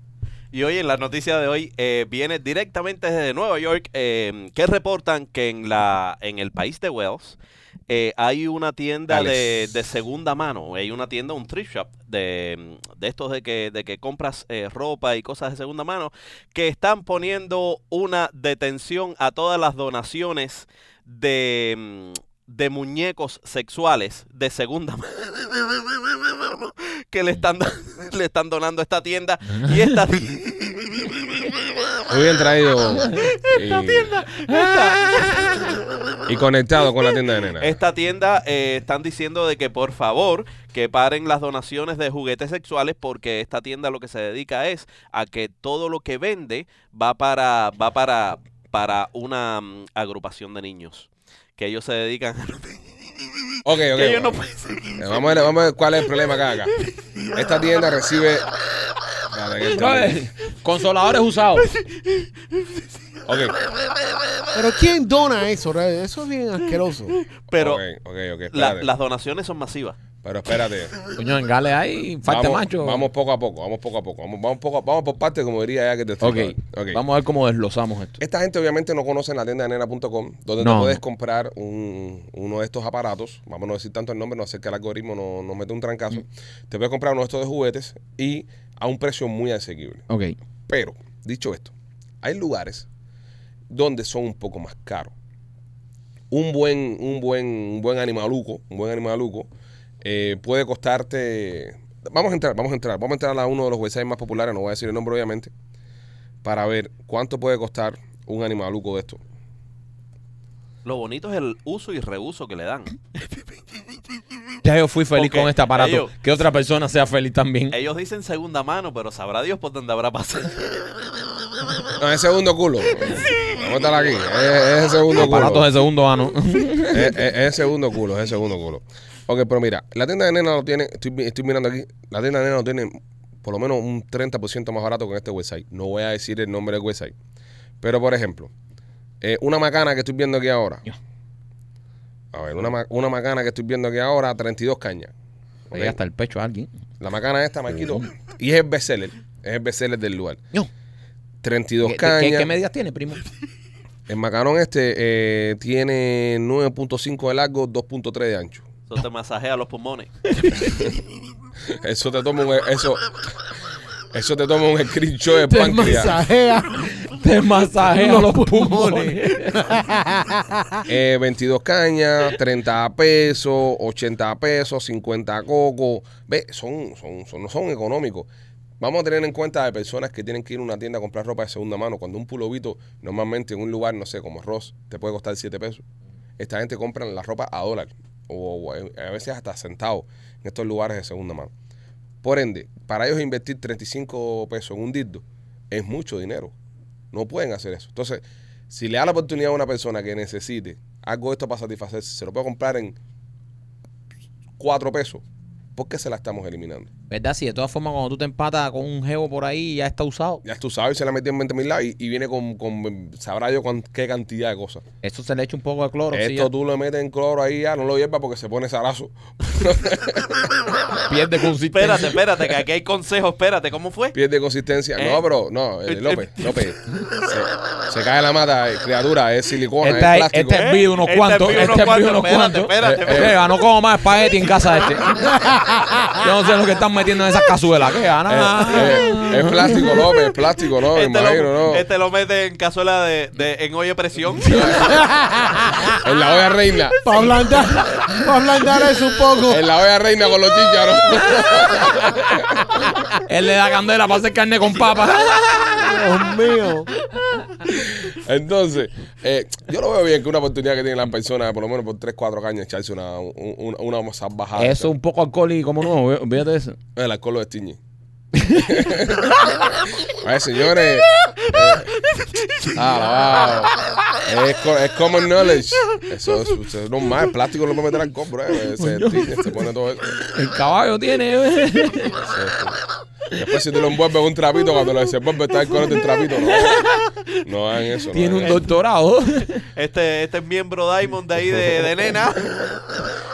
C: Y hoy en la noticia de hoy eh, viene directamente desde Nueva York eh, que reportan que en la en el país de Wales eh, hay una tienda de,
A: Alex.
C: de segunda mano, hay una tienda, un thrift shop de, mm, de estos de que, de que compras eh, ropa y cosas de segunda mano que están poniendo una detención a todas las donaciones de, mm, de muñecos sexuales de segunda (laughs) mano que le están, da- (laughs) le están donando a esta tienda y esta (laughs) tienda,
A: Muy bien (laughs) traído. y, Eh, y conectado con la tienda de nena.
C: esta tienda eh, están diciendo de que por favor que paren las donaciones de juguetes sexuales porque esta tienda lo que se dedica es a que todo lo que vende va para va para para una mm, agrupación de niños que ellos se dedican
A: Ok, ok.
C: que ellos no
A: ok.
C: pueden-
A: Eh, Vamos a, ver, vamos a ver cuál es el problema acá. acá. Esta tienda recibe. Dale, que está bien. (laughs)
B: Consoladores usados.
A: Ok,
D: Pero ¿quién dona eso? bro? Eso es bien asqueroso.
C: pero
A: ok, ok, ok,
C: la-
A: espérate.
C: las donaciones son masivas
A: Pero espérate.
B: Coño, en Gales hay falta
A: vamos,
B: macho.
A: Vamos poco a poco, vamos poco a poco. Vamos, vamos, poco a- vamos por parte, como diría ya que te estoy
B: Ok, vamos a ver cómo desglosamos esto.
A: Esta gente obviamente no conoce la tienda de nena.com, donde
B: No.
A: te puedes comprar un- uno de estos aparatos. Vamos a no decir tanto el nombre, no hacer que el algoritmo no, no mete un trancazo.
B: Mm.
A: Te puedes comprar uno de estos de juguetes y a un precio muy asequible.
B: Ok.
A: Pero, dicho esto, hay lugares donde son un poco más caros. Un buen, un buen, un buen animaluco, un buen animaluco, eh, puede costarte. Vamos a entrar, vamos a entrar, vamos a entrar a uno de los websites más populares, no voy a decir el nombre obviamente, para ver cuánto puede costar un animaluco de esto.
C: lo bonito es el uso y reuso que le dan
B: Ya yo fui feliz
C: Porque
B: con este aparato.
C: ellos-
B: Que otra persona sea feliz también.
C: ellos dicen segunda mano pero sabrá Dios por dónde habrá pasado
A: No, Ah, es segundo culo. Vamos a estar aquí. Es, es segundo culo.
B: Aparatos de segundo ano.
A: es, es- es el segundo culo, es el segundo culo. Ok, pero mira, la tienda de nena lo tiene, estoy, mi- estoy mirando aquí, la tienda de nena lo tiene por lo menos un 30% más barato que en este website. No voy a decir el nombre del website. Pero, por ejemplo, eh, una macana que estoy viendo aquí ahora. A ver, una, ma- una macana que estoy viendo aquí ahora, 32 cañas.
B: Le (laughs) llega hasta el pecho a alguien.
A: La macana esta, Marquito, y es el bestseller. Es el bestseller del lugar.
B: No.
A: 32
B: ¿Qué,
A: cañas.
B: qué, qué medidas tiene, primo?
A: El macarón este eh, tiene 9.5 de largo, 2.3 de ancho.
C: eso te masajea los pulmones
A: Eso te toma un eso, eso te toma un screenshot
B: (laughs)
A: de
D: Te
A: páncreas.
D: masajea
B: Te masajea los, pulmones.
D: pulmones.
A: Eh, 22 cañas, 30 pesos, 80 pesos, 50 coco. Ve, son, son, son, no son económicos. Vamos a tener en cuenta de personas que tienen que ir a una tienda a comprar ropa de segunda mano. Cuando un pulovito, normalmente en un lugar, no sé, como Ross, te puede costar 7 pesos. Esta gente compra la ropa a dólar o, o a a veces hasta centavos en estos lugares de segunda mano. Por ende, para ellos invertir 35 pesos en un dildo es mucho dinero. No pueden hacer eso. Entonces, si le da la oportunidad a una persona que necesite algo de esto para satisfacerse, se lo puede comprar en 4 pesos, ¿por qué se la estamos eliminando?
B: (laughs) ¿Verdad? Si de todas formas, cuando tú te empatas con un geo por ahí, ya está usado.
A: Ya tú sabes, se la metió en 20 mil lados y, y viene con, con- sabrá yo con qué cantidad de cosas.
B: Eso se le echa un poco de cloro. sí,
A: Esto
B: ya.
A: tú lo metes en cloro ahí ya, no lo hiervas porque se pone salazo.
B: pierde consistencia.
C: espérate espérate que aquí hay consejos espérate cómo fue
A: Pierde consistencia.
C: Eh.
A: No, pero no, eh,
C: Eh,
A: López, López. Se, se cae la mata, eh, criatura, es silicona,
B: Esta
A: es
B: es,
A: plástico.
B: este es vivo unos
C: Este
B: cuantos.
C: es vivo
B: Este es
C: unos
B: vivo unos cuantos.
C: cuantos, espérate, espérate,
B: Eh,
C: espérate.
B: Eva, no como más espagueti en casa de
C: (laughs)
B: este. Yo no sé lo que están metiendo en esas cazuelas. ¿Qué
A: Eh,
B: gana?
A: eh, es plástico, López, es plástico, no, me
C: este,
A: imagino,
C: lo,
A: no.
C: este lo mete en cazuela de, de- en olla
A: (laughs)
C: a presión.
A: En la olla reina.
D: Para ablandar, pa' ablandar eso un poco.
A: En la olla reina con los chícharos. (laughs)
B: Él le da candela para hacer carne con
C: (laughs)
B: papas.
D: Dios mío.
A: Entonces, eh, yo lo veo bien que una oportunidad que tienen las personas, por lo menos por 3, 4 cañas, echarse una, un- una, una salvajada.
B: Eso un poco alcohólico como nuevo. eh, Olvídate de eso.
A: El alcohol lo destiñe. Ay, señores. eh, ah, wow. Es, co- es common knowledge. Eso es, eso es normal. El plástico lo puede meter al compro. Eh. Se destiñe, se pone todo eso.
B: El caballo tiene. eh,
A: Después, si tú lo envuelves en un trapito, cuando lo desenvuelves, está el color de un trapito. No, no hagan eso. no
B: tiene un
A: hagan eso.
B: doctorado.
C: Este, este es miembro Diamond de ahí de, de nena.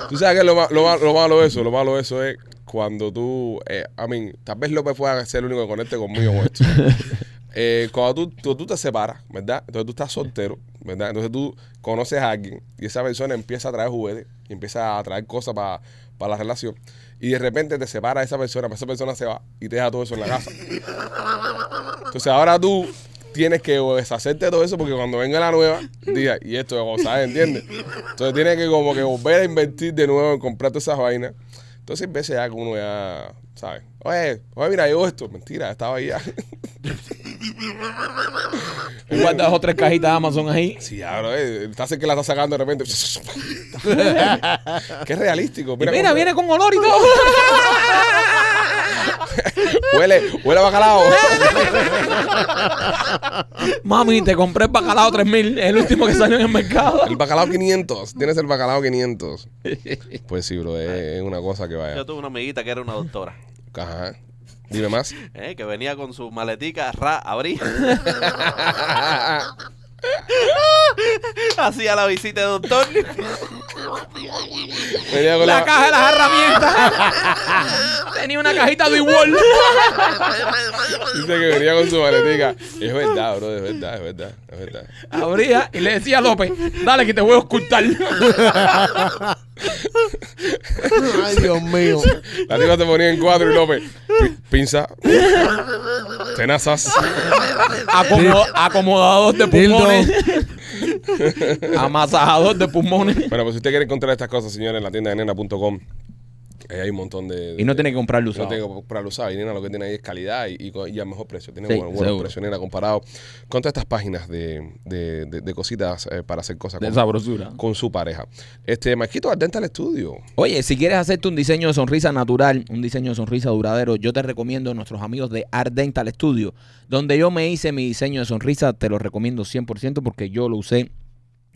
A: Tú sabes que lo, ma- lo, ma- lo malo de eso, lo malo de eso es cuando tú, eh, I mean, tal vez López pueda ser el único que conecte conmigo con esto. Eh, cuando tú, tú, tú te separas, ¿verdad? Entonces tú estás soltero, ¿verdad? Entonces tú conoces a alguien y esa persona empieza a traer juguetes y empieza a traer cosas para la relación. Y de repente te separa esa persona, pero esa persona se va y te deja todo eso en la casa. Entonces ahora tú tienes que deshacerte de todo eso porque cuando venga la nueva, diga, y esto es gozada, ¿entiendes? Entonces tienes que como que volver a invertir de nuevo en comprarte esas vainas. Entonces a veces ya que uno ya, ¿sabes? Oye, oye, mira, yo esto. Mentira, estaba ahí ya. (laughs)
B: Tú guardas dos o tres cajitas de Amazon ahí.
A: Sí, ahora, eh, está que la está sacando de repente. (laughs) Qué realístico.
B: Mira,
A: cómo-
B: viene con olor y todo.
A: Huele, huele a
B: (laughs)
A: bacalao.
B: Mami, te compré el bacalao 3000, el último que salió en el mercado.
A: El bacalao 500. Tienes el bacalao
B: (laughs)
A: 500. Pues sí, bro, es, es una cosa que vaya.
C: Yo tuve una amiguita que era una doctora,
A: Ajá. Dime más.
C: eh, que venía con su maletica, ra,
A: (laughs)
C: abrí, (laughs) hacía la visita de doctor,
A: Venía con
B: La
A: la,
B: caja de las herramientas. (laughs) Tenía una cajita de igual.
A: dice que venía con su maletica. Es verdad, bro, es verdad, es verdad, es verdad.
B: Abría y le decía a López, dale que te voy a ocultar.
D: Ay, Dios mío.
A: La tipa te ponía en cuadro y López. pi- pinza. Tenazas.
B: Acomo- acomodador de
D: Dildo.
B: pulmones. Amasajador de pulmones.
A: Bueno, pues si usted quiere encontrar estas cosas, señores, en la tienda de nena.com. Ahí hay un montón de.
B: Y no tiene que comprarlo
A: No
B: usado.
A: tengo que comprar usado. Y nena lo que tiene ahí es calidad y, y, co- y a mejor precio. Tiene
B: Sí,
A: buen, buen
B: seguro.
A: precio, nena, comparado con todas estas páginas de, de, de- de cositas eh, para hacer cosas
B: De
A: con,
B: sabrosura.
A: con su pareja. Este, Marquito, al Dental Studio.
B: Oye, si quieres hacerte un diseño de sonrisa natural, un diseño de sonrisa duradero, yo te recomiendo a nuestros amigos de Art Dental Studio, donde yo me hice mi diseño de sonrisa, te lo recomiendo 100% porque yo lo usé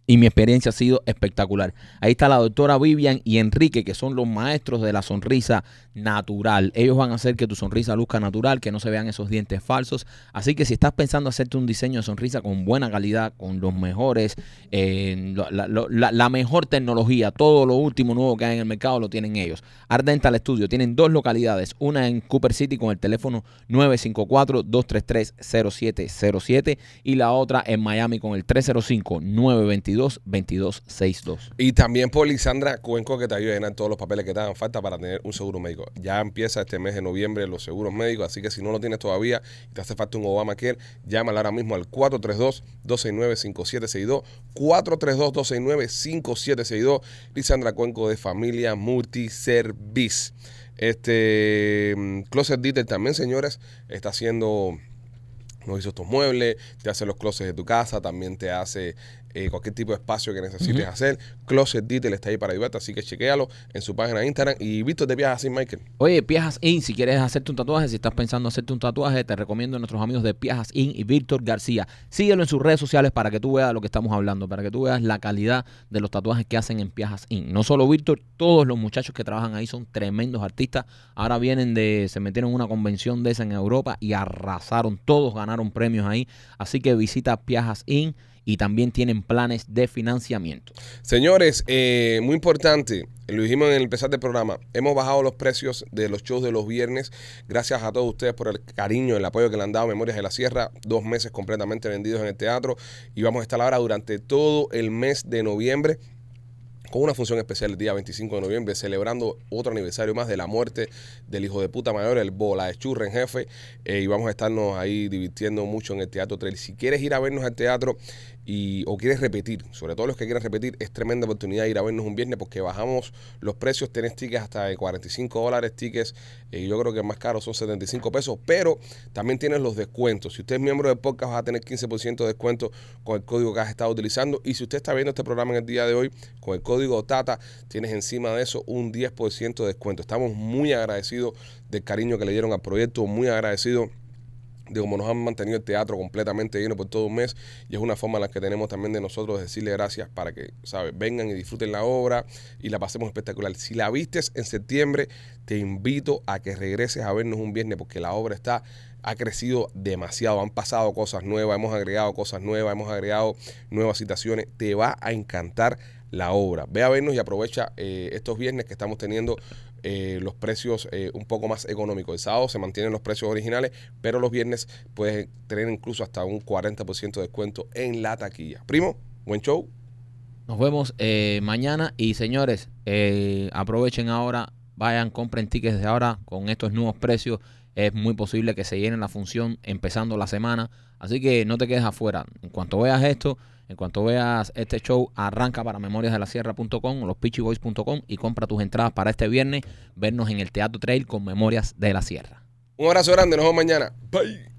B: y mi experiencia ha sido espectacular. Ahí está la doctora Vivian y Enrique, que son los maestros de la sonrisa natural. Ellos van a hacer que tu sonrisa luzca natural, que no se vean esos dientes falsos. Así que si estás pensando hacerte un diseño de sonrisa con buena calidad, con los mejores, eh, la, la- lo- la- la mejor tecnología, todo lo último nuevo que hay en el mercado lo tienen ellos. Ardental Studio tienen dos localidades, una en Cooper City con el teléfono 954-233-0707 y la otra en Miami con el 305-922-2262.
A: Y también por Lisandra Cuenco, que te ayuda a llenar todos los papeles que te hagan falta para tener un seguro médico. Ya empieza este mes de noviembre los seguros médicos, así que si no lo tienes todavía y te hace falta un Obamacare, llámala ahora mismo al 432-269-5762. 432-269-5762. Lisandra Cuenco de Familia Multiservice. Este mm, Closet Dieter también, señores, está haciendo nos hizo estos muebles, te hace los closets de tu casa, también te hace eh, cualquier tipo de espacio que necesites hacer. Closet Detail está ahí para ayudarte, así que chequéalo en su página de Instagram. Y visto de viajes así, Michael.
B: Oye, Piajas In, si quieres hacerte un tatuaje, si estás pensando hacerte un tatuaje, te recomiendo a nuestros amigos de Piajas In y Víctor García. Síguelo en sus redes sociales para que tú veas lo que estamos hablando, para que tú veas la calidad de los tatuajes que hacen en Piajas In. No solo Víctor, todos los muchachos que trabajan ahí son tremendos artistas. Ahora vienen de, se metieron en una convención de esa en Europa y arrasaron, todos ganaron premios ahí. Así que visita Piajas In y también tienen planes de financiamiento.
A: Señores, eh, muy importante, lo dijimos en el empezar del programa, hemos bajado los precios de los shows de los viernes. Gracias a todos ustedes por el cariño, el apoyo que le han dado a Memorias de la Sierra. Dos meses completamente vendidos en el teatro y vamos a estar ahora durante todo el mes de noviembre. con una función especial el día 25 de noviembre, celebrando otro aniversario más de la muerte del hijo de puta mayor, el Bola de Churren Jefe. eh, y vamos a estarnos ahí divirtiendo mucho en el Teatro Trail. Si quieres ir a vernos al teatro y, o quieres repetir, sobre todo los que quieran repetir, es tremenda oportunidad ir a vernos un viernes porque bajamos los precios. Tenés tickets hasta de 45 dólares, tickets, eh, yo creo que el más caro son 75 pesos, pero también tienes los descuentos. Si usted es miembro del podcast, vas a tener 15% de descuento con el código que has estado utilizando. Y si usted está viendo este programa en el día de hoy, con el código TATA, tienes encima de eso un 10% de descuento. Estamos muy agradecidos del cariño que le dieron al proyecto, muy agradecidos de cómo nos han mantenido el teatro completamente lleno por todo un mes y es una forma en la que tenemos también de nosotros decirle gracias para que, ¿sabes? Vengan y disfruten la obra y la pasemos espectacular. Si la vistes en septiembre, te invito a que regreses a vernos un viernes porque la obra está ha crecido demasiado, han pasado cosas nuevas, hemos agregado cosas nuevas, hemos agregado nuevas citaciones, te va a encantar la obra. Ve a vernos y aprovecha eh, estos viernes que estamos teniendo eh, los precios eh, un poco más económicos. El sábado se mantienen los precios originales, pero los viernes puedes tener incluso hasta un 40% de descuento en la taquilla. Primo, buen show.
B: Nos vemos eh, mañana y señores, eh, aprovechen ahora, vayan, compren tickets de ahora con estos nuevos precios. Es muy posible que se llene la función empezando la semana. Así que no te quedes afuera. En cuanto veas esto, en cuanto veas este show, arranca para memoriasdelasierra.com, lospitchyboys.com y compra tus entradas para este viernes. Vernos en el Teatro Trail con Memorias de la Sierra.
A: Un abrazo grande, nos vemos mañana. Bye.